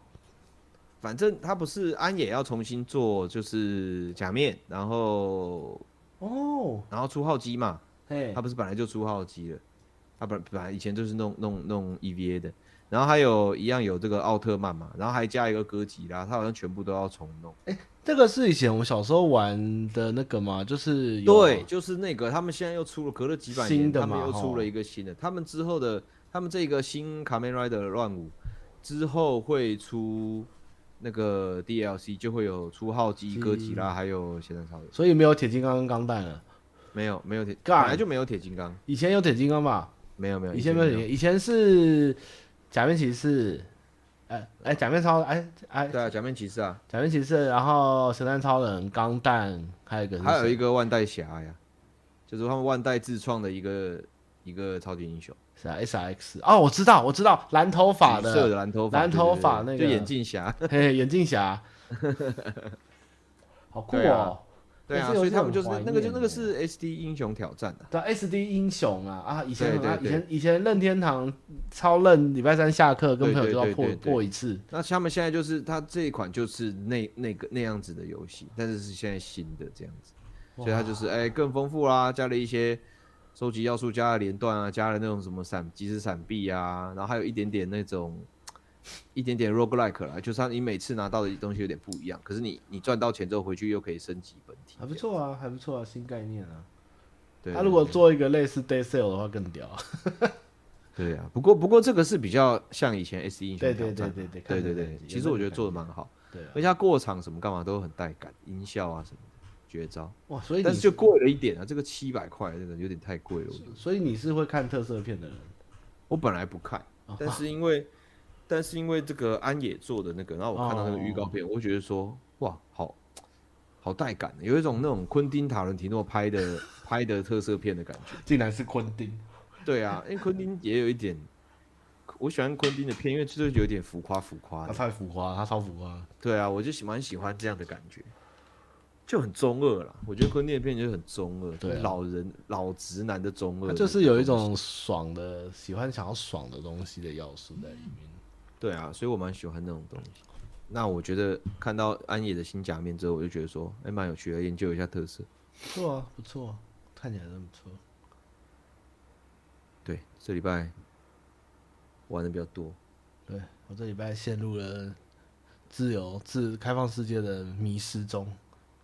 Speaker 1: 反正他不是安野要重新做就是假面，然后
Speaker 2: 哦，
Speaker 1: 然后出号机嘛，
Speaker 2: 嘿
Speaker 1: 他，不是本来就出号机了，他本本来以前就是弄弄弄 EVA 的，然后还有一样有这个奥特曼嘛，然后还加一个哥吉拉，他好像全部都要重弄。
Speaker 2: 这个是以前我小时候玩的那个吗？就是有啊
Speaker 1: 对，就是那个，他们现在又出了，隔了几百年，
Speaker 2: 新的
Speaker 1: 他们
Speaker 2: 嘛
Speaker 1: 又
Speaker 2: 吼
Speaker 1: 出了一个新的。他们之后的，他们这个新《卡梅 Rider 乱舞》之后会出那个 DLC，就会有出号机、
Speaker 2: 机
Speaker 1: 哥吉拉，还有咸蛋超人。
Speaker 2: 所以没有铁金刚跟钢弹了。
Speaker 1: 没有，没有铁，本
Speaker 2: 干
Speaker 1: 来就没有铁金刚，
Speaker 2: 以前有铁金刚吧？
Speaker 1: 没有没有，
Speaker 2: 以前没有铁金
Speaker 1: 有。
Speaker 2: 刚，以前是假面骑士，哎哎，假面超哎哎，
Speaker 1: 对啊，假面骑士啊，
Speaker 2: 假面骑士，然后神探超人、钢弹，还有一个是
Speaker 1: 还有
Speaker 2: 谁
Speaker 1: 一个万代侠呀，就是他们万代自创的一个一个超级英雄，
Speaker 2: 是啊 S R X 哦，我知道我知道，蓝头发
Speaker 1: 紫色
Speaker 2: 的，
Speaker 1: 的蓝头发，
Speaker 2: 蓝
Speaker 1: 对
Speaker 2: 头
Speaker 1: 对对
Speaker 2: 发那
Speaker 1: 就
Speaker 2: 个
Speaker 1: 眼镜侠，
Speaker 2: 嘿嘿，眼 镜侠，好酷
Speaker 1: 对啊
Speaker 2: 哦。
Speaker 1: 对
Speaker 2: 但
Speaker 1: 啊，所
Speaker 2: 是
Speaker 1: 以
Speaker 2: 游戏
Speaker 1: 他们
Speaker 2: 很
Speaker 1: 就是
Speaker 2: 怀
Speaker 1: 那个就
Speaker 2: 念
Speaker 1: 那个
Speaker 2: 欸
Speaker 1: 是 S D 英雄挑战的、啊
Speaker 2: 对，S 啊 D 英雄啊啊！以前
Speaker 1: 对对
Speaker 2: 很爱以
Speaker 1: 对
Speaker 2: 前以前任天堂超任，礼拜三下课
Speaker 1: 对
Speaker 2: 跟朋友
Speaker 1: 对
Speaker 2: 就要
Speaker 1: 对
Speaker 2: 破
Speaker 1: 对对
Speaker 2: 破一次。
Speaker 1: 那他们现在就是它这一款就是那那个那样子的游戏，但是是现在新的这样子，所以它就是哎、更丰富啦，加了一些收集要素，加了连段啊，加了那种什么闪即时闪避啊，然后还有一点点那种一点点 roguelike 啦，就是它你每次拿到的东西有点不一样，可是你你赚到钱之后回去又可以升级本体，
Speaker 2: 还不错啊，还不错啊，新概念啊。
Speaker 1: 对，啊
Speaker 2: 他如果做一个类似 Day Sale 的话更屌啊。
Speaker 1: 对啊，不过不过这个是比较像以前 S 英雄
Speaker 2: 对
Speaker 1: 挑
Speaker 2: 对
Speaker 1: 战啊，
Speaker 2: 对对
Speaker 1: 对
Speaker 2: 对看得
Speaker 1: 对
Speaker 2: 出来
Speaker 1: 对
Speaker 2: 有，
Speaker 1: 其实我
Speaker 2: 那个
Speaker 1: 觉得
Speaker 2: 感
Speaker 1: 做的蛮好。
Speaker 2: 对啊，
Speaker 1: 而且它过场什么干嘛都很带感，音效啊什么的绝招，
Speaker 2: 哇，所以
Speaker 1: 但
Speaker 2: 你
Speaker 1: 是就贵了一点啊，这个七百块这个有点太贵了。我觉得
Speaker 2: 所以你是会看特色片的人
Speaker 1: 我本来不看，
Speaker 2: 哦
Speaker 1: 但是因为但是因为这个安野做的那个，然后我看到那个预告片，
Speaker 2: 哦
Speaker 1: 我觉得说哇，好好带感，有一种那种昆汀塔伦提诺拍的拍的特色片的感觉。
Speaker 2: 竟然是昆汀。
Speaker 1: 对啊，因为昆汀也有一点，我喜欢昆汀的片，因为就是有点浮夸浮夸
Speaker 2: 他
Speaker 1: 的。
Speaker 2: 太浮夸，啊他超浮夸。
Speaker 1: 对啊，我就喜蛮喜欢这样的感觉，就很中二啦。我觉得昆汀的片就是很中二，
Speaker 2: 对啊
Speaker 1: 老人老直男的中二
Speaker 2: 他
Speaker 1: 的东西，
Speaker 2: 就是有一种爽的，喜欢想要爽的东西的要素在里面。
Speaker 1: 对啊，所以我蛮喜欢那种东西。那我觉得看到安野的新假面之后，我就觉得说，哎、蛮有趣的，研究一下特色。
Speaker 2: 不错啊，不错啊，看起来真不错。
Speaker 1: 对，这礼拜玩的比较多，
Speaker 2: 对我这礼拜陷入了自由自开放世界的迷失中，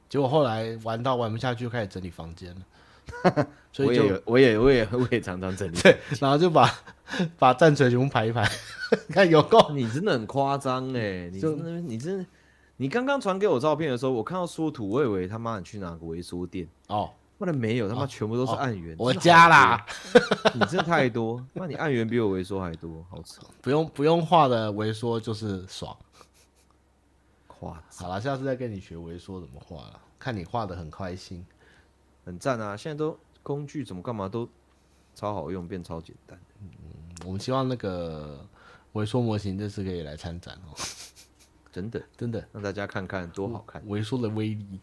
Speaker 2: 结果后来玩到玩不下去，就开始整理房间了， 所
Speaker 1: 我
Speaker 2: 以
Speaker 1: 也
Speaker 2: 就
Speaker 1: 有我也我也我也常常整 理。
Speaker 2: 对，然后就把把战锤全部排一 排，看有够
Speaker 1: 你真的很夸张哎！你真的你真的，你刚刚传给我照片的时候，我看到缩图，我以为他妈你去哪个微缩店，
Speaker 2: 哦，
Speaker 1: 后来没有，他妈全部都是暗源。
Speaker 2: 我
Speaker 1: 真的好
Speaker 2: 家啦，
Speaker 1: 多， 你真的太多，那你暗源比我微缩还多，好扯，
Speaker 2: 不用不用画的微缩就是爽。
Speaker 1: 夸张，
Speaker 2: 好了，下次再跟你学微缩怎么画了，看你画的很开心。
Speaker 1: 很赞啊！现在都工具怎么干嘛都超好用，变超简单。
Speaker 2: 嗯我们希望那个微缩模型这次可以来参展哦，
Speaker 1: 真的，
Speaker 2: 真的
Speaker 1: 让大家看看多好看。
Speaker 2: 微缩的威力。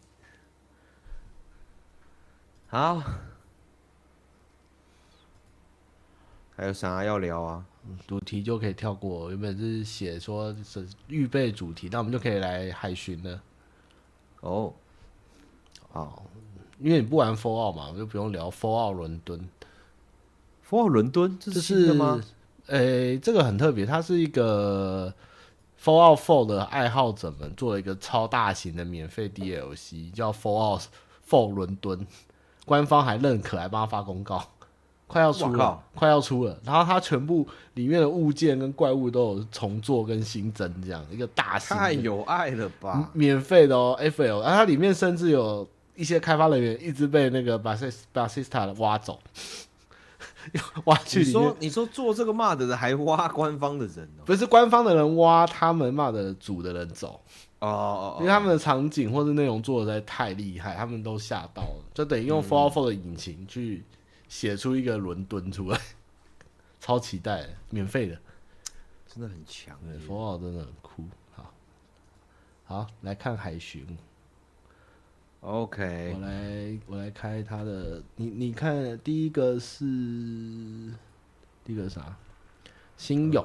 Speaker 1: 好，还有啥要聊啊？
Speaker 2: 主题就可以跳过，原本是写说是预备主题，那我们就可以来海巡了。
Speaker 1: 哦，
Speaker 2: 因为你不玩 Fallout 嘛，我就不用聊 Fallout 伦敦。
Speaker 1: 福尔伦敦这
Speaker 2: 这
Speaker 1: 是
Speaker 2: 是
Speaker 1: 新的吗？
Speaker 2: 呃、这个很特别，它是一个 Fallout 4的爱好者们做了一个超大型的免费 DLC，叫 Fallout 4伦敦，官方还认可，还帮他发公告，快要出
Speaker 1: 哇
Speaker 2: 了
Speaker 1: 靠，
Speaker 2: 快要出了。然后它全部里面的物件跟怪物都有重做跟新增，这样一个大型的
Speaker 1: 太有爱了吧！
Speaker 2: 嗯免费的哦，FL，啊，它里面甚至有一些开发人员一直被那个 Basis Basista 挖走， 挖嗯去
Speaker 1: 你
Speaker 2: 里面
Speaker 1: 说，你说做这个骂的人还挖官方的人哦？
Speaker 2: 不是官方的人挖他们骂的组的人走，
Speaker 1: 哦
Speaker 2: 因为他们的场景或是内容做的实在太厉害，他们都吓到了，就等于
Speaker 1: 嗯
Speaker 2: 用 f o r f o r 的引擎去写出一个伦敦出来， 超期待的，免费的。
Speaker 1: 真的很强
Speaker 2: 对
Speaker 1: 耶，
Speaker 2: 佛奥真的很酷。好，好，来看海巡。
Speaker 1: OK，
Speaker 2: 我来我来开他的，你你看第一个是第一个是啥？新勇，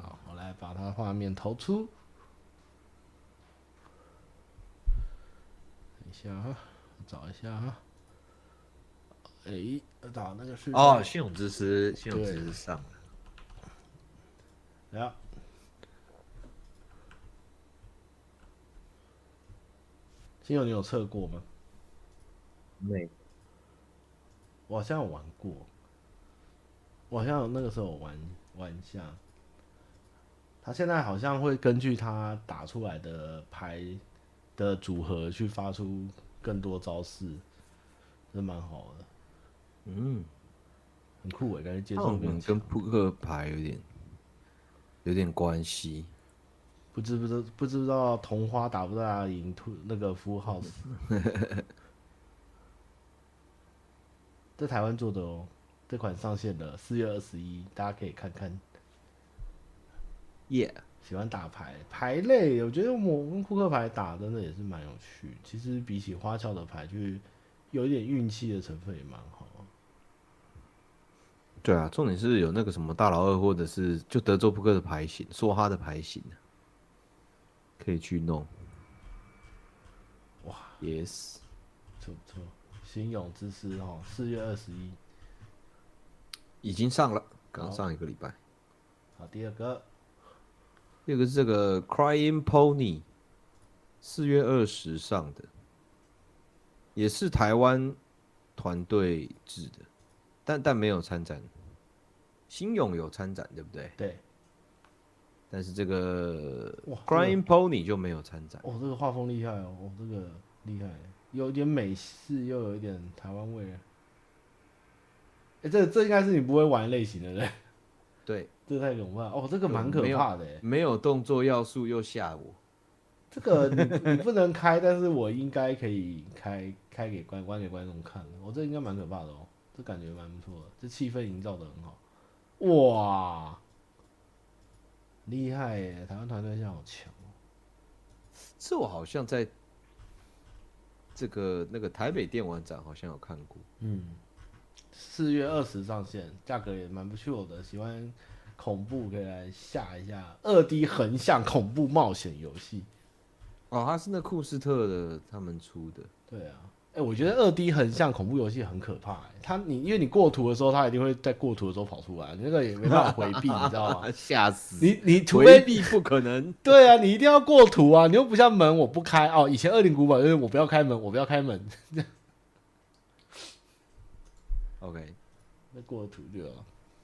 Speaker 2: 好，我来把它画面投出。等一下哈，我找一下哈。诶，我找那个是
Speaker 1: 哦，
Speaker 2: 在
Speaker 1: 信勇之师，信勇
Speaker 2: 对
Speaker 1: 之师上了，
Speaker 2: 啊
Speaker 3: 然后
Speaker 2: 新勇，你有测过吗？
Speaker 1: 没
Speaker 2: 我好像有玩过，我好像有那个时候有玩玩一下。他现在好像会根据他打出来的牌的组合去发出更多招式，是蛮好的，
Speaker 1: 嗯，
Speaker 2: 很酷欸诶，感觉节
Speaker 1: 这
Speaker 2: 奏
Speaker 1: 种
Speaker 2: 很
Speaker 1: 跟跟扑克牌有点有点关系。
Speaker 2: 不知不知不知道同花打不打得赢兔那个服务 house，在台湾做的哦，这款上线了，四月二十一，大家可以看看。
Speaker 1: 耶，
Speaker 2: 喜欢打牌，牌类我觉得我跟扑克牌打真的也是蛮有趣。其实比起花俏的牌，就是有一点运气的成分也蛮好。
Speaker 1: 对啊，重点是有那个什么大老二，或者是就德州扑克的牌型，梭哈的牌型，啊可以去弄。哇，yes，
Speaker 2: 不错，心勇之师哦，四月二十一。
Speaker 1: 已经上了，刚
Speaker 2: 好
Speaker 1: 上一个礼拜。
Speaker 2: 好，啊第二个
Speaker 1: 第二个是这个 Crying Pony，四月二十上的，也是台湾团队制的，但但没有参展。新勇有参展，对不对？
Speaker 2: 对，
Speaker 1: 但是这个
Speaker 2: 哎哇
Speaker 1: Crying Pony 就没有参展。
Speaker 2: 哦，这个画风厉害哦，哦，这个厉害，有一点美式又有一点台湾味。哎，这这应该是你不会玩类型的人，
Speaker 1: 对，
Speaker 2: 这太可怕哦，这个蛮可
Speaker 1: 没有
Speaker 2: 怕的。
Speaker 1: 没有动作要素又吓我。
Speaker 2: 这个你你不能开，但是我应该可以开开给观观给观众看的。我、这应该蛮可怕的哦，这感觉蛮不错的，这气氛营造的很好。哇，厉害耶！台湾团队现在好强哦。
Speaker 1: 这我好像在这个那个台北电玩展好像有看过。
Speaker 2: 嗯，四月二十上线，价格也蛮不错的。喜欢恐怖可以来下一下二 D 横向恐怖冒险游戏。
Speaker 1: 哦，它是那库斯特的他们出的。
Speaker 2: 对啊，哎、哎、我觉得二 D 很像恐怖游戏，很可怕、欸它你因为你过图的时候，它一定会在过图的时候跑出来，那个也没办法回 避，你知道 吗？
Speaker 1: 吓死！
Speaker 2: 你你除
Speaker 1: 回
Speaker 2: 非
Speaker 1: 避不可能，
Speaker 2: 对啊，你一定要过图啊！你又不像门，我不开哦。以前二零古堡就是我不要开门，我不要开门，
Speaker 1: OK，
Speaker 2: 那过图对吧？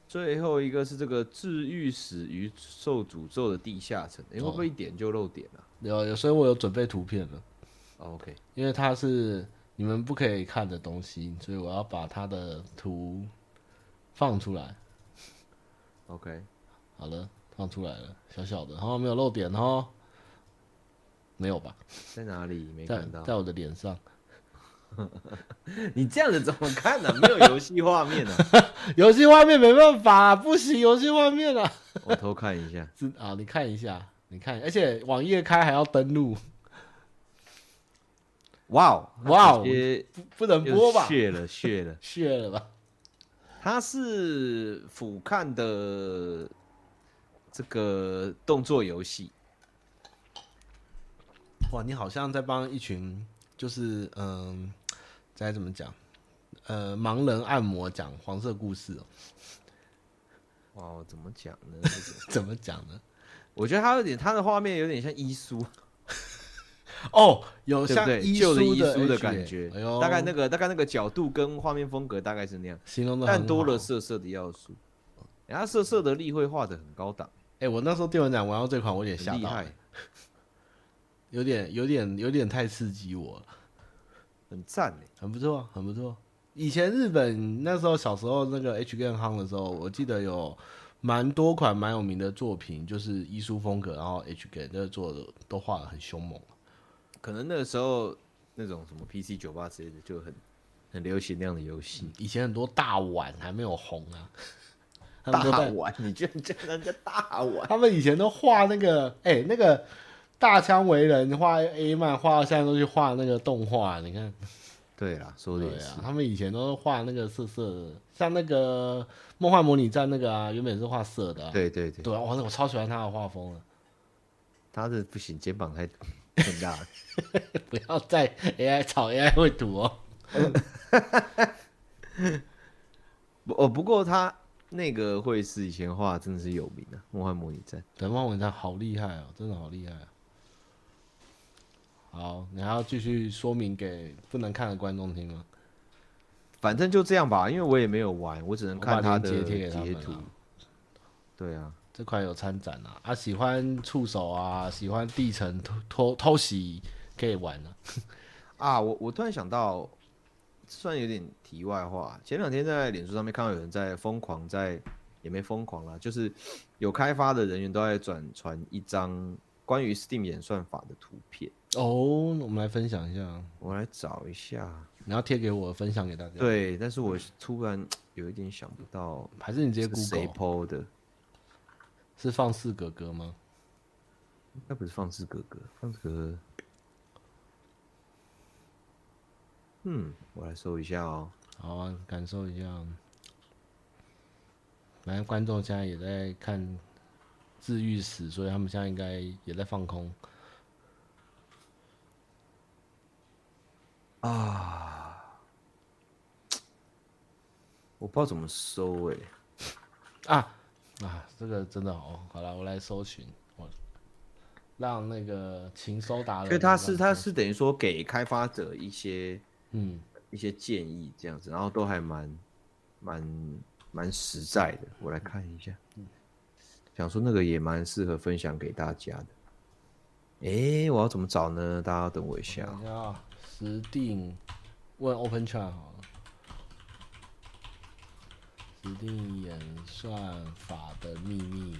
Speaker 1: 最后一个是这个治愈死于受诅咒的地下城，哎、会不会一点就漏点啊
Speaker 2: 有有，所以我有准备图片了，
Speaker 1: 哦？OK，
Speaker 2: 因为它是你们不可以看的东西，所以我要把它的图放出来。
Speaker 1: OK，
Speaker 2: 好了，放出来了，小小的，哦，没有漏点哦，没有吧？
Speaker 1: 在哪里没
Speaker 2: 在
Speaker 1: 看到？
Speaker 2: 在我的脸上，
Speaker 1: 你这样子怎么看 呢、没有游戏画面呢、
Speaker 2: 游戏画面没办法、啊不行，游戏画面啊，
Speaker 1: 我偷看一下。
Speaker 2: 是啊，你看一下，你看，而且网页开还要登录，
Speaker 1: 哇哦，
Speaker 2: 哇哦
Speaker 1: 它直接
Speaker 2: 不不能
Speaker 1: 又
Speaker 2: 播吧？
Speaker 1: 血了血了，
Speaker 2: 血了吧？
Speaker 1: 它是俯瞰的这个动作游戏，
Speaker 2: 哇，你好像在帮一群就是嗯，该怎么讲？呃，盲人按摩讲黄色故事、哦，
Speaker 1: 哇哦，怎么讲呢？这个
Speaker 2: 怎么讲呢？
Speaker 1: 我觉得它有点，它的画面有点像医书，
Speaker 2: 哦，有
Speaker 1: 对不
Speaker 2: 像
Speaker 1: 对？
Speaker 2: 医
Speaker 1: 旧的医
Speaker 2: 书
Speaker 1: 书的
Speaker 2: H
Speaker 1: 感
Speaker 2: 耶
Speaker 1: 觉
Speaker 2: 哎，呦，
Speaker 1: 大概那个大概那个角度跟画面风格大概是那样，
Speaker 2: 形容的，
Speaker 1: 但多了。色色的要素。然后色色的力会画的很高档，
Speaker 2: 哎、我那时候电玩展玩到这款，我有点吓
Speaker 1: 很厉
Speaker 2: 到，
Speaker 1: 害，
Speaker 2: 有点有点有点太刺激我了，
Speaker 1: 很赞欸
Speaker 2: 很不错，很不错。以前日本那时候小时候那个 H 跟夯的时候，我记得有蛮多款蛮有名的作品，就是医书风格，然后 H 跟那个做的都画的很凶猛。
Speaker 1: 可能那个时候那种什么 PC 九八之类的就很很流行那样的游戏。
Speaker 2: 嗯以前很多大碗还没有红啊，他们
Speaker 1: 大
Speaker 2: 都在，
Speaker 1: 碗，你居然叫人家大碗？
Speaker 2: 他们以前都画那个，哎、那个大枪为人画 A 漫，画到现在都去画那个动画，你看，
Speaker 1: 对啦，说的
Speaker 2: 对
Speaker 1: 也是
Speaker 2: 啊，。他们以前都是画那个色色的，像那个梦幻模拟战那个啊，原本是画色的、啊，
Speaker 1: 对对对，
Speaker 2: 对啊，哇，那我超喜欢他的 画风了，
Speaker 1: 他这不行，肩膀太很大了。
Speaker 2: 不要再 AI 炒 AI 会吐哦，
Speaker 1: 不哦，不过他那个会是以前画真的是有名的、啊梦幻模拟战》。
Speaker 2: 对，梦幻模拟战好厉害哦，真的好厉害、啊。好，你还要继续说明给不能看的观众听吗？
Speaker 1: 反正就这样吧，因为我也没有玩，我只能看他的
Speaker 2: 我把链接贴给他们
Speaker 1: 截
Speaker 2: 啊
Speaker 1: 图。对啊，
Speaker 2: 这款有参展啊，啊，喜欢触手啊，喜欢地层偷偷偷袭可以玩啊。
Speaker 1: 啊，我我突然想到，算有点题外话。前两天在脸书上面看到有人在疯狂在，也没疯狂啦，就是有开发的人员都在转传一张关于 Steam 演算法的图片。
Speaker 2: 哦，我们来分享一下，啊
Speaker 1: 我来找一下。
Speaker 2: 你要贴给我分享给大家，
Speaker 1: 对，但是我突然有一点想不到
Speaker 2: 还是你直接
Speaker 1: 哦是谁
Speaker 2: Google？
Speaker 1: PO 的，
Speaker 2: 是放肆哥哥吗？
Speaker 1: 应该不是放肆哥哥，放肆哥哥。嗯，我来搜一下哦。
Speaker 2: 好啊，感受一下。反正观众现在也在看治愈史，所以他们现在应该也在放空。
Speaker 1: 我不知道怎么搜哎、
Speaker 2: 啊啊，这个真的哦，好了，我来搜寻，我让那个情搜达人，
Speaker 1: 所以他是他是等于说给开发者一些
Speaker 2: 嗯，
Speaker 1: 一些建议这样子，然后都还蛮蛮蛮实在的。我来看一下，嗯想说那个也蛮适合分享给大家的。诶，我要怎么找呢？大家要等我一下哦。
Speaker 2: 等一下啊，实定问 Open Chat 好了，实定演算法的秘密，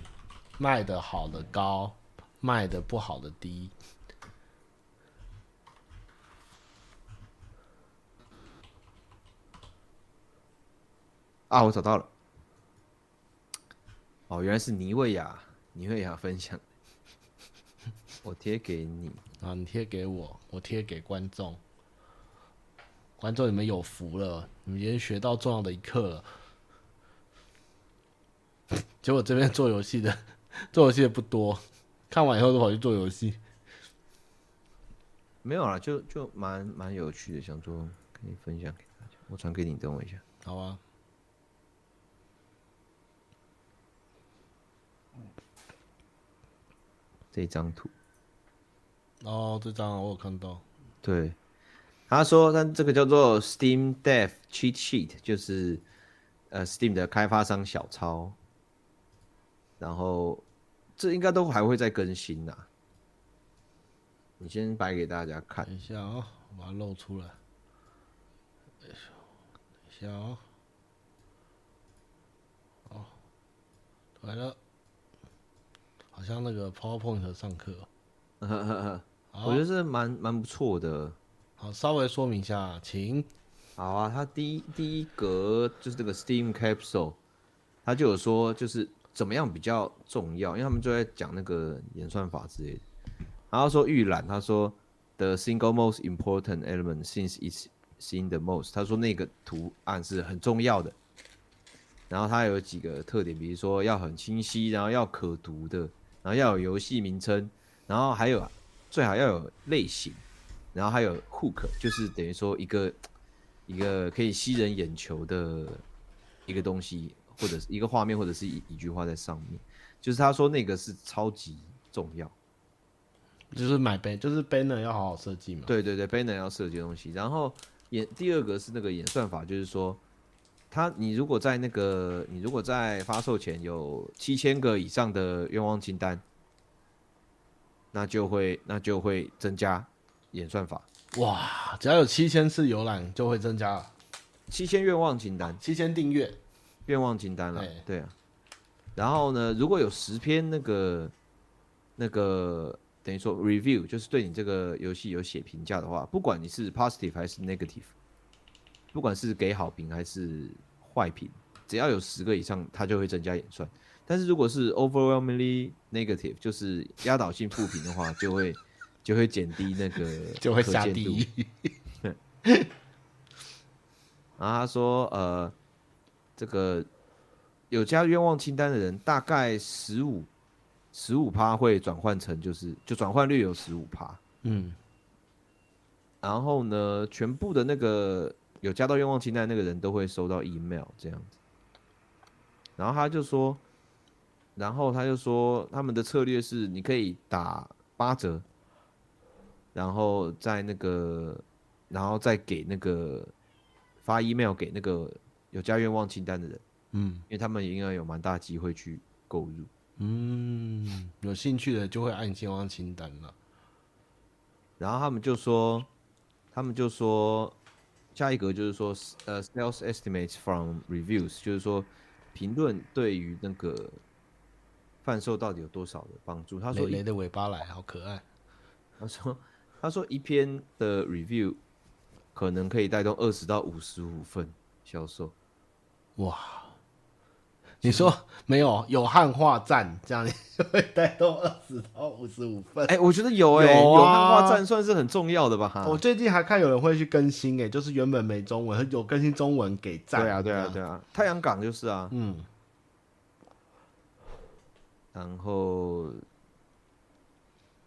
Speaker 2: 卖的好的高，卖的不好的低。
Speaker 1: 啊，我找到了。哦，原来是妮维雅，妮维雅分享的，我贴给你。
Speaker 2: 啊，你贴给我，我贴给观众。观众，你们有福了，你们今天学到重要的一课了。 结果这边做游戏的，做游戏的不多，看完以后都跑去做游戏。
Speaker 1: 没有啦，就就蛮蛮有趣的，想说可以分享给大家。我传给你，等我一下。
Speaker 2: 好啊。
Speaker 1: 这张图，
Speaker 2: 哦，这张我有看到，
Speaker 1: 对，他说他这个叫做 Steam Dev Cheat Sheet，就是呃 Steam 的开发商小抄，然后这应该都还会再更新啦。你先摆给大家看，
Speaker 2: 等一下哦，我把它露出来。等一下哦，哦，来了，好像那个 PowerPoint 上课。
Speaker 1: 我觉得是蛮蛮不错的。
Speaker 2: 好，稍微说明一下，请
Speaker 1: 好啊，它第一第一格就是这个 Steam Capsule，它就有说就是怎么样比较重要，因为他们就在讲那个演算法之类的。然后说预览，他说 the single most important element since it's seen the most，他说那个图案是很重要的。然后它有几个特点，比如说要很清晰，然后要可读的，然后要有游戏名称，然后还有最好要有类型，然后还有 hook，就是等于说一个一个可以吸人眼球的一个东西，或者是一个画面，或者是一一句话在上面。就是他说那个是超级重要。
Speaker 2: 就是买 ban，就是 banner 要好好设计嘛。
Speaker 1: 对对对，banner 要设计的东西。然后演第二个是那个演算法，就是说，它你如果在那个你如果在发售前有七千个以上的愿望清单，那就会那就会增加演算法。
Speaker 2: 哇，只要有七千次浏览就会增加了，
Speaker 1: 七千愿望清单，
Speaker 2: 七千订阅。
Speaker 1: 愿望清单了
Speaker 2: 对，
Speaker 1: 对啊。然后呢，如果有十篇那个那个等于说 review，就是对你这个游戏有写评价的话，不管你是 positive 还是 negative，不管是给好评还是坏评，只要有十个以上，它就会增加演算。但是如果是 overwhelmingly negative，就是压倒性负评的话，就会就会减低那个
Speaker 2: 就会
Speaker 1: 可
Speaker 2: 下
Speaker 1: 见
Speaker 2: 地
Speaker 1: 度
Speaker 2: 狱。
Speaker 1: 然后他说，呃，这个有加愿望清单的人，大概十五十五趴会转换成就是就转换率有十五趴。
Speaker 2: 嗯，
Speaker 1: 然后呢，全部的那个有加到愿望清单的那个人都会收到 email 这样子。然后他就说，然后他就说他们的策略是你可以打八折，然后在那个，然后再给那个发 email 给那个有加愿望清单的人，嗯，因为他们应该有蛮大机会去购入。
Speaker 2: 嗯，有兴趣的就会按健忘清单了。
Speaker 1: 然后他们就说，他们就说，下一格就是说，呃，sales estimates from reviews，就是说评论对于那个贩售到底有多少的帮助。他说
Speaker 2: 雷雷的尾巴来，好可爱。
Speaker 1: 他说，他说一篇的 review 可能可以带动二十到五十五份销售。
Speaker 2: 你说没有？有汉化站这样，
Speaker 3: 会带动二十到五十五分。
Speaker 1: 哎、我觉得有哎、
Speaker 2: 有啊哦
Speaker 1: 有汉化站算是很重要的吧？哈
Speaker 2: 我最近还看有人会去更新、哎，就是原本没中文，有更新中文给赞。
Speaker 1: 对啊，对啊，对啊，太阳港就是啊。
Speaker 2: 嗯，
Speaker 1: 然后，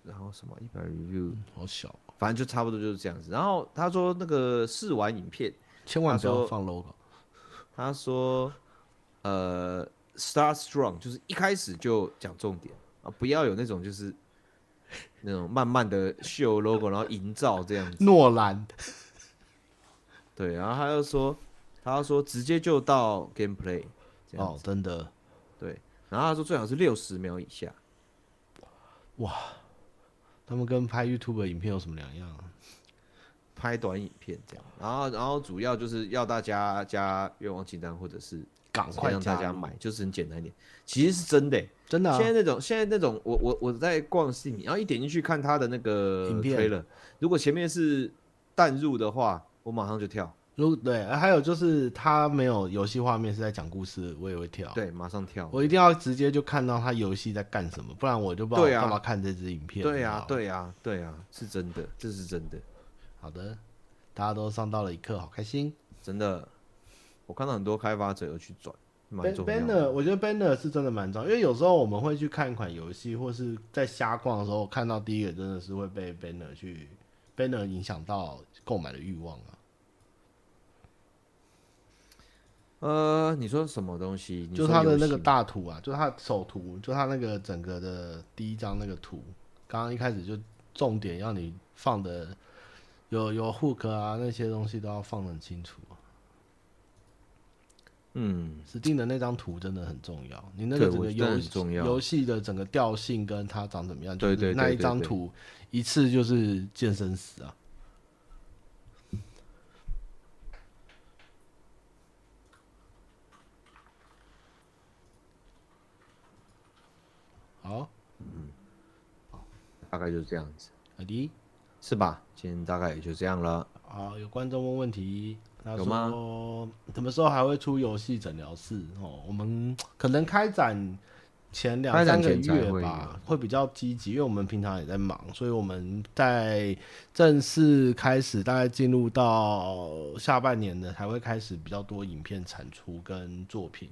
Speaker 1: 然后什么一百 review。
Speaker 2: 好小，
Speaker 1: 反正就差不多就是这样子。然后他说那个试玩影片，
Speaker 2: 千万不
Speaker 1: 他
Speaker 2: 要
Speaker 1: 说
Speaker 2: 放 logo。
Speaker 1: 他说呃，start strong，就是一开始就讲重点啊，不要有那种就是那种慢慢的秀 logo，然后营造这样子。
Speaker 2: 诺兰，
Speaker 1: 对，然后他又说，他又说直接就到 gameplay 这样
Speaker 2: 哦
Speaker 1: 子。，
Speaker 2: 真的，
Speaker 1: 对，然后他说最好是六十秒以下。
Speaker 2: 他们跟拍 YouTube 影片有什么两样啊？
Speaker 1: 拍短影片这样，然后然后主要就是要大家加愿望清单，或者是
Speaker 2: 赶快
Speaker 1: 让大
Speaker 2: 加
Speaker 1: 家
Speaker 2: 入
Speaker 1: 买，就是很简单一点。其实是真的欸、
Speaker 2: 真的、啊
Speaker 1: 现，在那种现在那种，我我我在逛 Steam，然后一点进去看它的那个
Speaker 2: 影片
Speaker 1: trailer，如果前面是弹入的话，我马上就跳，
Speaker 2: 如对，还有就是他没有游戏画面是在讲故事，我也会跳。，
Speaker 1: 对，马上跳。
Speaker 2: 我一定要直接就看到他游戏在干什么，不然我就不知道
Speaker 1: 对啊
Speaker 2: 干嘛看这支影片。
Speaker 1: 对
Speaker 2: 呀、
Speaker 1: 啊，。对啊，对啊，是真的，这是真的，
Speaker 2: 好的，大家都上到了一课，好开心。
Speaker 1: 真的。我看到很多开发者有去转，蛮
Speaker 2: Ban-
Speaker 1: 重要
Speaker 2: Banner，
Speaker 1: 的。
Speaker 2: 我觉得 Banner 是真的蛮重要，因为有时候我们会去看一款游戏，或是在瞎逛的时候看到第一个，真的是会被 Banner 去 Banner 影响到购买的欲望啊。
Speaker 1: 呃，你说什么东西？你
Speaker 2: 就
Speaker 1: 说
Speaker 2: 他的
Speaker 1: 游
Speaker 2: 那
Speaker 1: 戏
Speaker 2: 个
Speaker 1: 吗
Speaker 2: 大图啊，就他首图，就他那个整个的第一张那个图，刚刚一开始就重点要你放的有有 hook 啊那些东西都要放得很清楚、啊。
Speaker 1: 嗯，
Speaker 2: Steam 的那张图真的很重要，你那
Speaker 1: 对
Speaker 2: 个整
Speaker 1: 我
Speaker 2: 个
Speaker 1: 觉得
Speaker 2: 游
Speaker 1: 很重要
Speaker 2: 游戏的整个调性跟它长怎么样，
Speaker 1: 对
Speaker 2: 就是
Speaker 1: 对对
Speaker 2: 那一
Speaker 1: 对
Speaker 2: 张
Speaker 1: 对
Speaker 2: 图一次就是见生死啊。好，
Speaker 1: 大概就是这样子，
Speaker 2: 好的，
Speaker 1: 是吧？今天大概也就这样了。
Speaker 2: 好，啊有观众问问题，他
Speaker 1: 有吗
Speaker 2: 说什么时候还会出游戏诊疗室？哦，我们可能开展前两
Speaker 1: 开
Speaker 2: 三
Speaker 1: 展
Speaker 2: 个
Speaker 1: 前才
Speaker 2: 月
Speaker 1: 会
Speaker 2: 吧，会比较积极，因为我们平常也在忙，所以我们在正式开始，大概进入到下半年的才会开始比较多影片产出跟作品，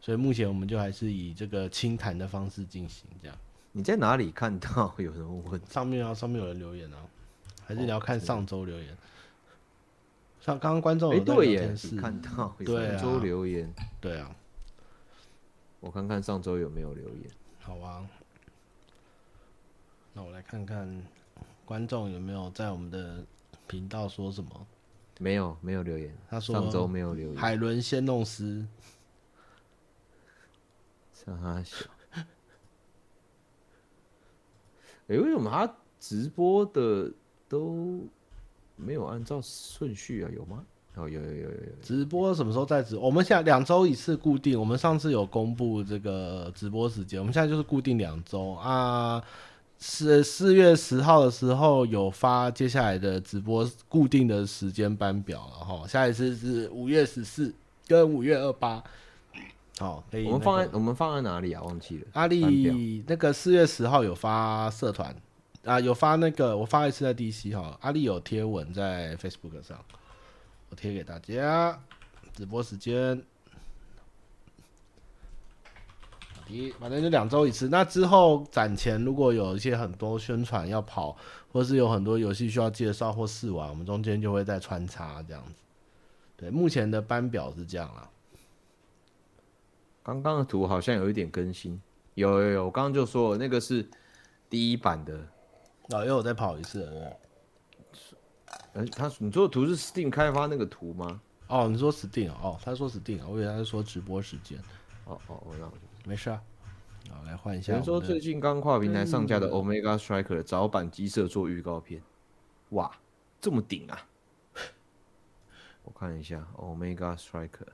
Speaker 2: 所以目前我们就还是以这个清谈的方式进行，这样
Speaker 1: 你在哪里看到有人问？
Speaker 2: 上面啊，上面有人留言啊，还是你要看上周留言？像刚刚观众
Speaker 1: 哎，
Speaker 2: 有在
Speaker 1: 对
Speaker 2: 聊
Speaker 1: 耶
Speaker 2: 天，室
Speaker 1: 你，看到有
Speaker 2: 对啊
Speaker 1: 上周留言，
Speaker 2: 对啊，
Speaker 1: 我看看上周有没有留言。
Speaker 2: 好啊。那我来看看观众有没有在我们的频道说什么。
Speaker 1: 没有，没有留言。
Speaker 2: 他说
Speaker 1: 上周没有留言。
Speaker 2: 海伦仙弄师，
Speaker 1: 上他小。 哎、为什么他直播的都没有按照顺序啊？有吗？哦，有有有有有。
Speaker 2: 直播什么时候再直？我们现在两周一次固定，我们上次有公布这个直播时间，我们现在就是固定两周啊。四四月十号的时候有发接下来的直播固定的时间班表了哈，下一次是五月十四跟五月二八，好，可以、
Speaker 1: 我们
Speaker 2: 那个
Speaker 1: 放在我们放在哪里啊？忘记了。
Speaker 2: 阿
Speaker 1: 班表
Speaker 2: 丽那个四月十号有发社团啊，有发那个我发一次在 DC 哈，阿丽有贴文在 Facebook 上，我贴给大家。直播时间，好的，反正就两周一次。那之后展前如果有一些很多宣传要跑，或是有很多游戏需要介绍或试玩，我们中间就会再穿插这样子。对，目前的班表是这样啦。
Speaker 1: 刚刚的图好像有一点更新。有有有，我刚刚就说了那个是第一版的。
Speaker 2: 老、哦、又我再跑一次了对不对
Speaker 1: 呃，他你做的图是 Steam 开发那个图吗？
Speaker 2: 哦，你说死定了哦，他说死定了，我以为他是说直播时间，
Speaker 1: 哦哦哦，那我就。
Speaker 2: 没事啊。好，来换一
Speaker 1: 有
Speaker 2: 下
Speaker 1: 人
Speaker 2: 我
Speaker 1: 说
Speaker 2: 们的。嗯
Speaker 1: 最近刚跨平台上架的 Omega Striker 早版机社做预告片，哇，这么顶啊！ 我看一下 Omega Striker，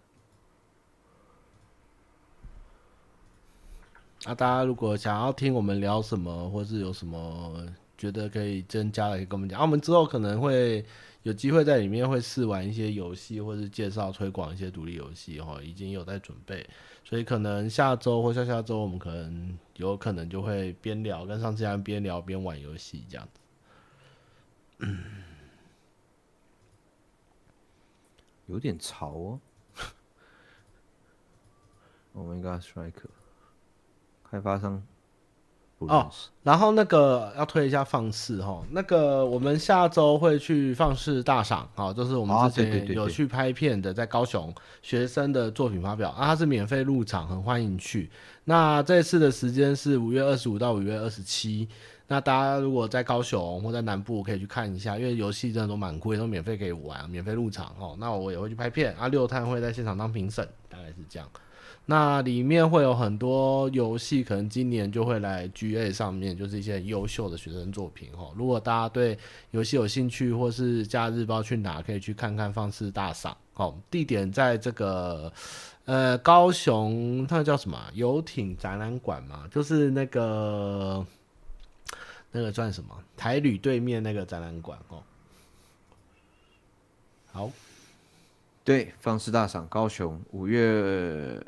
Speaker 2: 啊，大家如果想要听我们聊什么，或是有什么觉得可以增加的，可以跟我们讲。啊，我们之后可能会有机会在里面会试玩一些游戏，或是介绍推广一些独立游戏哦，已经有在准备，所以可能下周或下下周我们可能有可能就会边聊，跟上次一样边聊边玩游戏这样子。
Speaker 1: 有点潮哦。Omega Striker，开发商不认
Speaker 2: 哦
Speaker 1: 识。
Speaker 2: 然后那个要推一下放肆哈，那个我们下周会去放肆大赏啊，就是我
Speaker 1: 啊
Speaker 2: 们之
Speaker 1: 对对对
Speaker 2: 前
Speaker 1: 对
Speaker 2: 有去拍片的，在高雄学生的作品发表啊，它是免费入场，很欢迎去。那这次的时间是五月二十五到五月二十七，那大家如果在高雄或在南部可以去看一下，因为游戏真的都蛮贵，都免费可以玩，免费入场哦。那我也会去拍片啊，六探会在现场当评审，大概是这样。那里面会有很多游戏，可能今年就会来 GA 上面，就是一些很优秀的学生作品哦。如果大家对游戏有兴趣，或是假日不知道去哪，可以去看看放肆大赏哦。地点在这个呃高雄，那个叫什么啊游艇展览馆嘛，就是那个那个算什么台旅对面那个展览馆哦。好，
Speaker 1: 对，放肆大赏高雄五月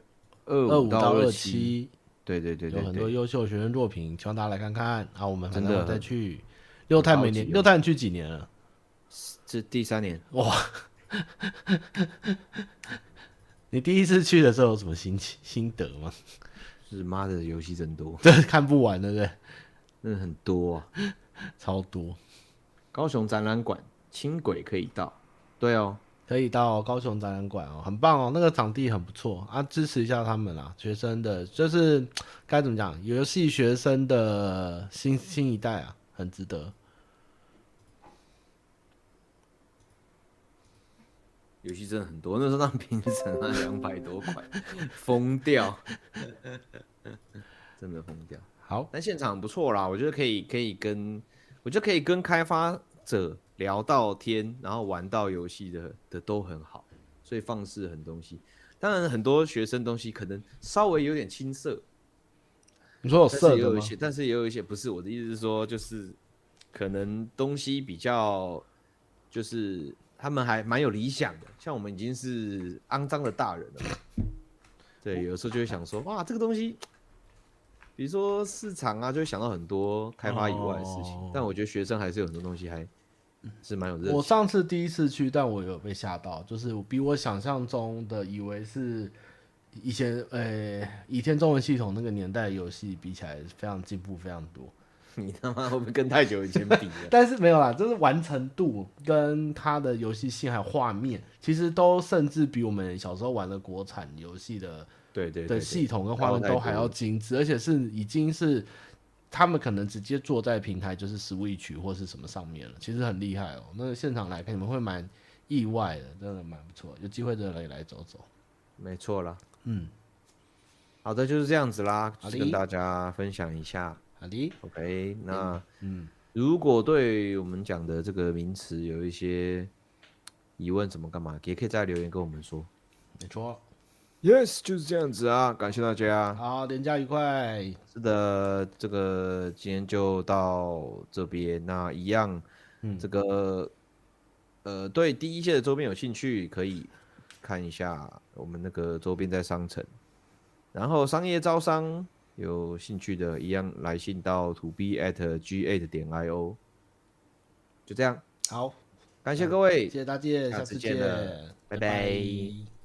Speaker 2: 二
Speaker 1: 二
Speaker 2: 五
Speaker 1: 五
Speaker 2: 到
Speaker 1: 二
Speaker 2: 二
Speaker 1: 七，
Speaker 2: 七。
Speaker 1: 对对对
Speaker 2: 有
Speaker 1: 对
Speaker 2: 很多
Speaker 1: 对，
Speaker 2: 优秀学生作品，希望大家来看看啊！我们
Speaker 1: 真
Speaker 2: 反正
Speaker 1: 的
Speaker 2: 我再去六探每
Speaker 1: 很高
Speaker 2: 年
Speaker 1: 级哦
Speaker 2: 六探去几年了？
Speaker 1: 这第三年
Speaker 2: 你第一次去的时候有什么心情心得吗？
Speaker 1: 是妈的游戏真多，
Speaker 2: 这看不完，对不对？
Speaker 1: 真的很多啊。
Speaker 2: 超多，
Speaker 1: 高雄展览馆轻轨可以到，对哦，
Speaker 2: 可以到高雄展览馆哦，很棒哦，那个场地很不错啊，支持一下他们啦，学生的就是该怎么讲，游戏学生的新新一代啊，很值得。
Speaker 1: 游戏真的很多，那时候让评审啊两百多块， 疯掉， 真的疯掉。
Speaker 2: 好，
Speaker 1: 但现场不错啦，我觉得可以可以跟，我觉得可以跟开发者聊到天，然后玩到游戏的的都很好，所以放肆很东西。当然，很多学生东西可能稍微有点青涩，
Speaker 2: 你说有
Speaker 1: 但是
Speaker 2: 哦色
Speaker 1: 也
Speaker 2: 的
Speaker 1: 有一
Speaker 2: 吗？
Speaker 1: 些，但是也有一些不是我的意思是说，就是可能东西比较，就是他们还蛮有理想的，像我们已经是肮脏的大人了嘛。
Speaker 2: 哦
Speaker 1: 对，有时候就会想说，哇，这个东西，比如说市场啊，就会想到很多开发以外的事情。
Speaker 2: 哦嗯
Speaker 1: 但我觉得学生还是有很多东西还是蛮有热
Speaker 2: 我
Speaker 1: 情。
Speaker 2: 上次第一次去，但我有被吓到，就是我比我想象中的以为是以前呃、倚天中文系统那个年代的游戏比起来，非常进步非常多。？
Speaker 1: 你他妈会不会跟太久以前比 了
Speaker 2: 但是没有啦，就是完成度跟它的游戏性还有画面，其实都甚至比我们小时候玩的国产游戏的
Speaker 1: 对对对
Speaker 2: 的
Speaker 1: 对
Speaker 2: 系统跟画
Speaker 1: 高
Speaker 2: 面
Speaker 1: 太
Speaker 2: 都
Speaker 1: 多
Speaker 2: 还要精致，而且是已经是他们可能直接坐在平台就是 Switch 或是什么上面了，其实很厉害哦。那现场来看，你们会蛮意外的，真的蛮不错。有机会真的可以来走走。
Speaker 1: 没错啦。
Speaker 2: 嗯，
Speaker 1: 好的，就是这样子啦，
Speaker 2: 好
Speaker 1: 就是
Speaker 2: 的
Speaker 1: 跟大家分享一下。
Speaker 2: 好的，
Speaker 1: OK，那
Speaker 2: 嗯，
Speaker 1: 如果对我们讲的这个名词有一些疑问，怎么干嘛，也可以在留言跟我们说。
Speaker 2: 没错。
Speaker 1: Yes，就是这样子啊，感谢大家。
Speaker 2: 好，连假愉快。
Speaker 1: 是的，这个今天就到这边。那一样，这个呃，对第一线的周边有兴趣，可以看一下我们那个周边在商城。然后商业招商有兴趣的，一样来信到 to b at g eight 点 i o。就这样，
Speaker 2: 好，
Speaker 1: 感谢各位
Speaker 2: 嗯谢。谢大家，
Speaker 1: 下
Speaker 2: 下
Speaker 1: 次
Speaker 2: 次
Speaker 1: 见
Speaker 2: 见
Speaker 1: 了，拜拜
Speaker 2: 拜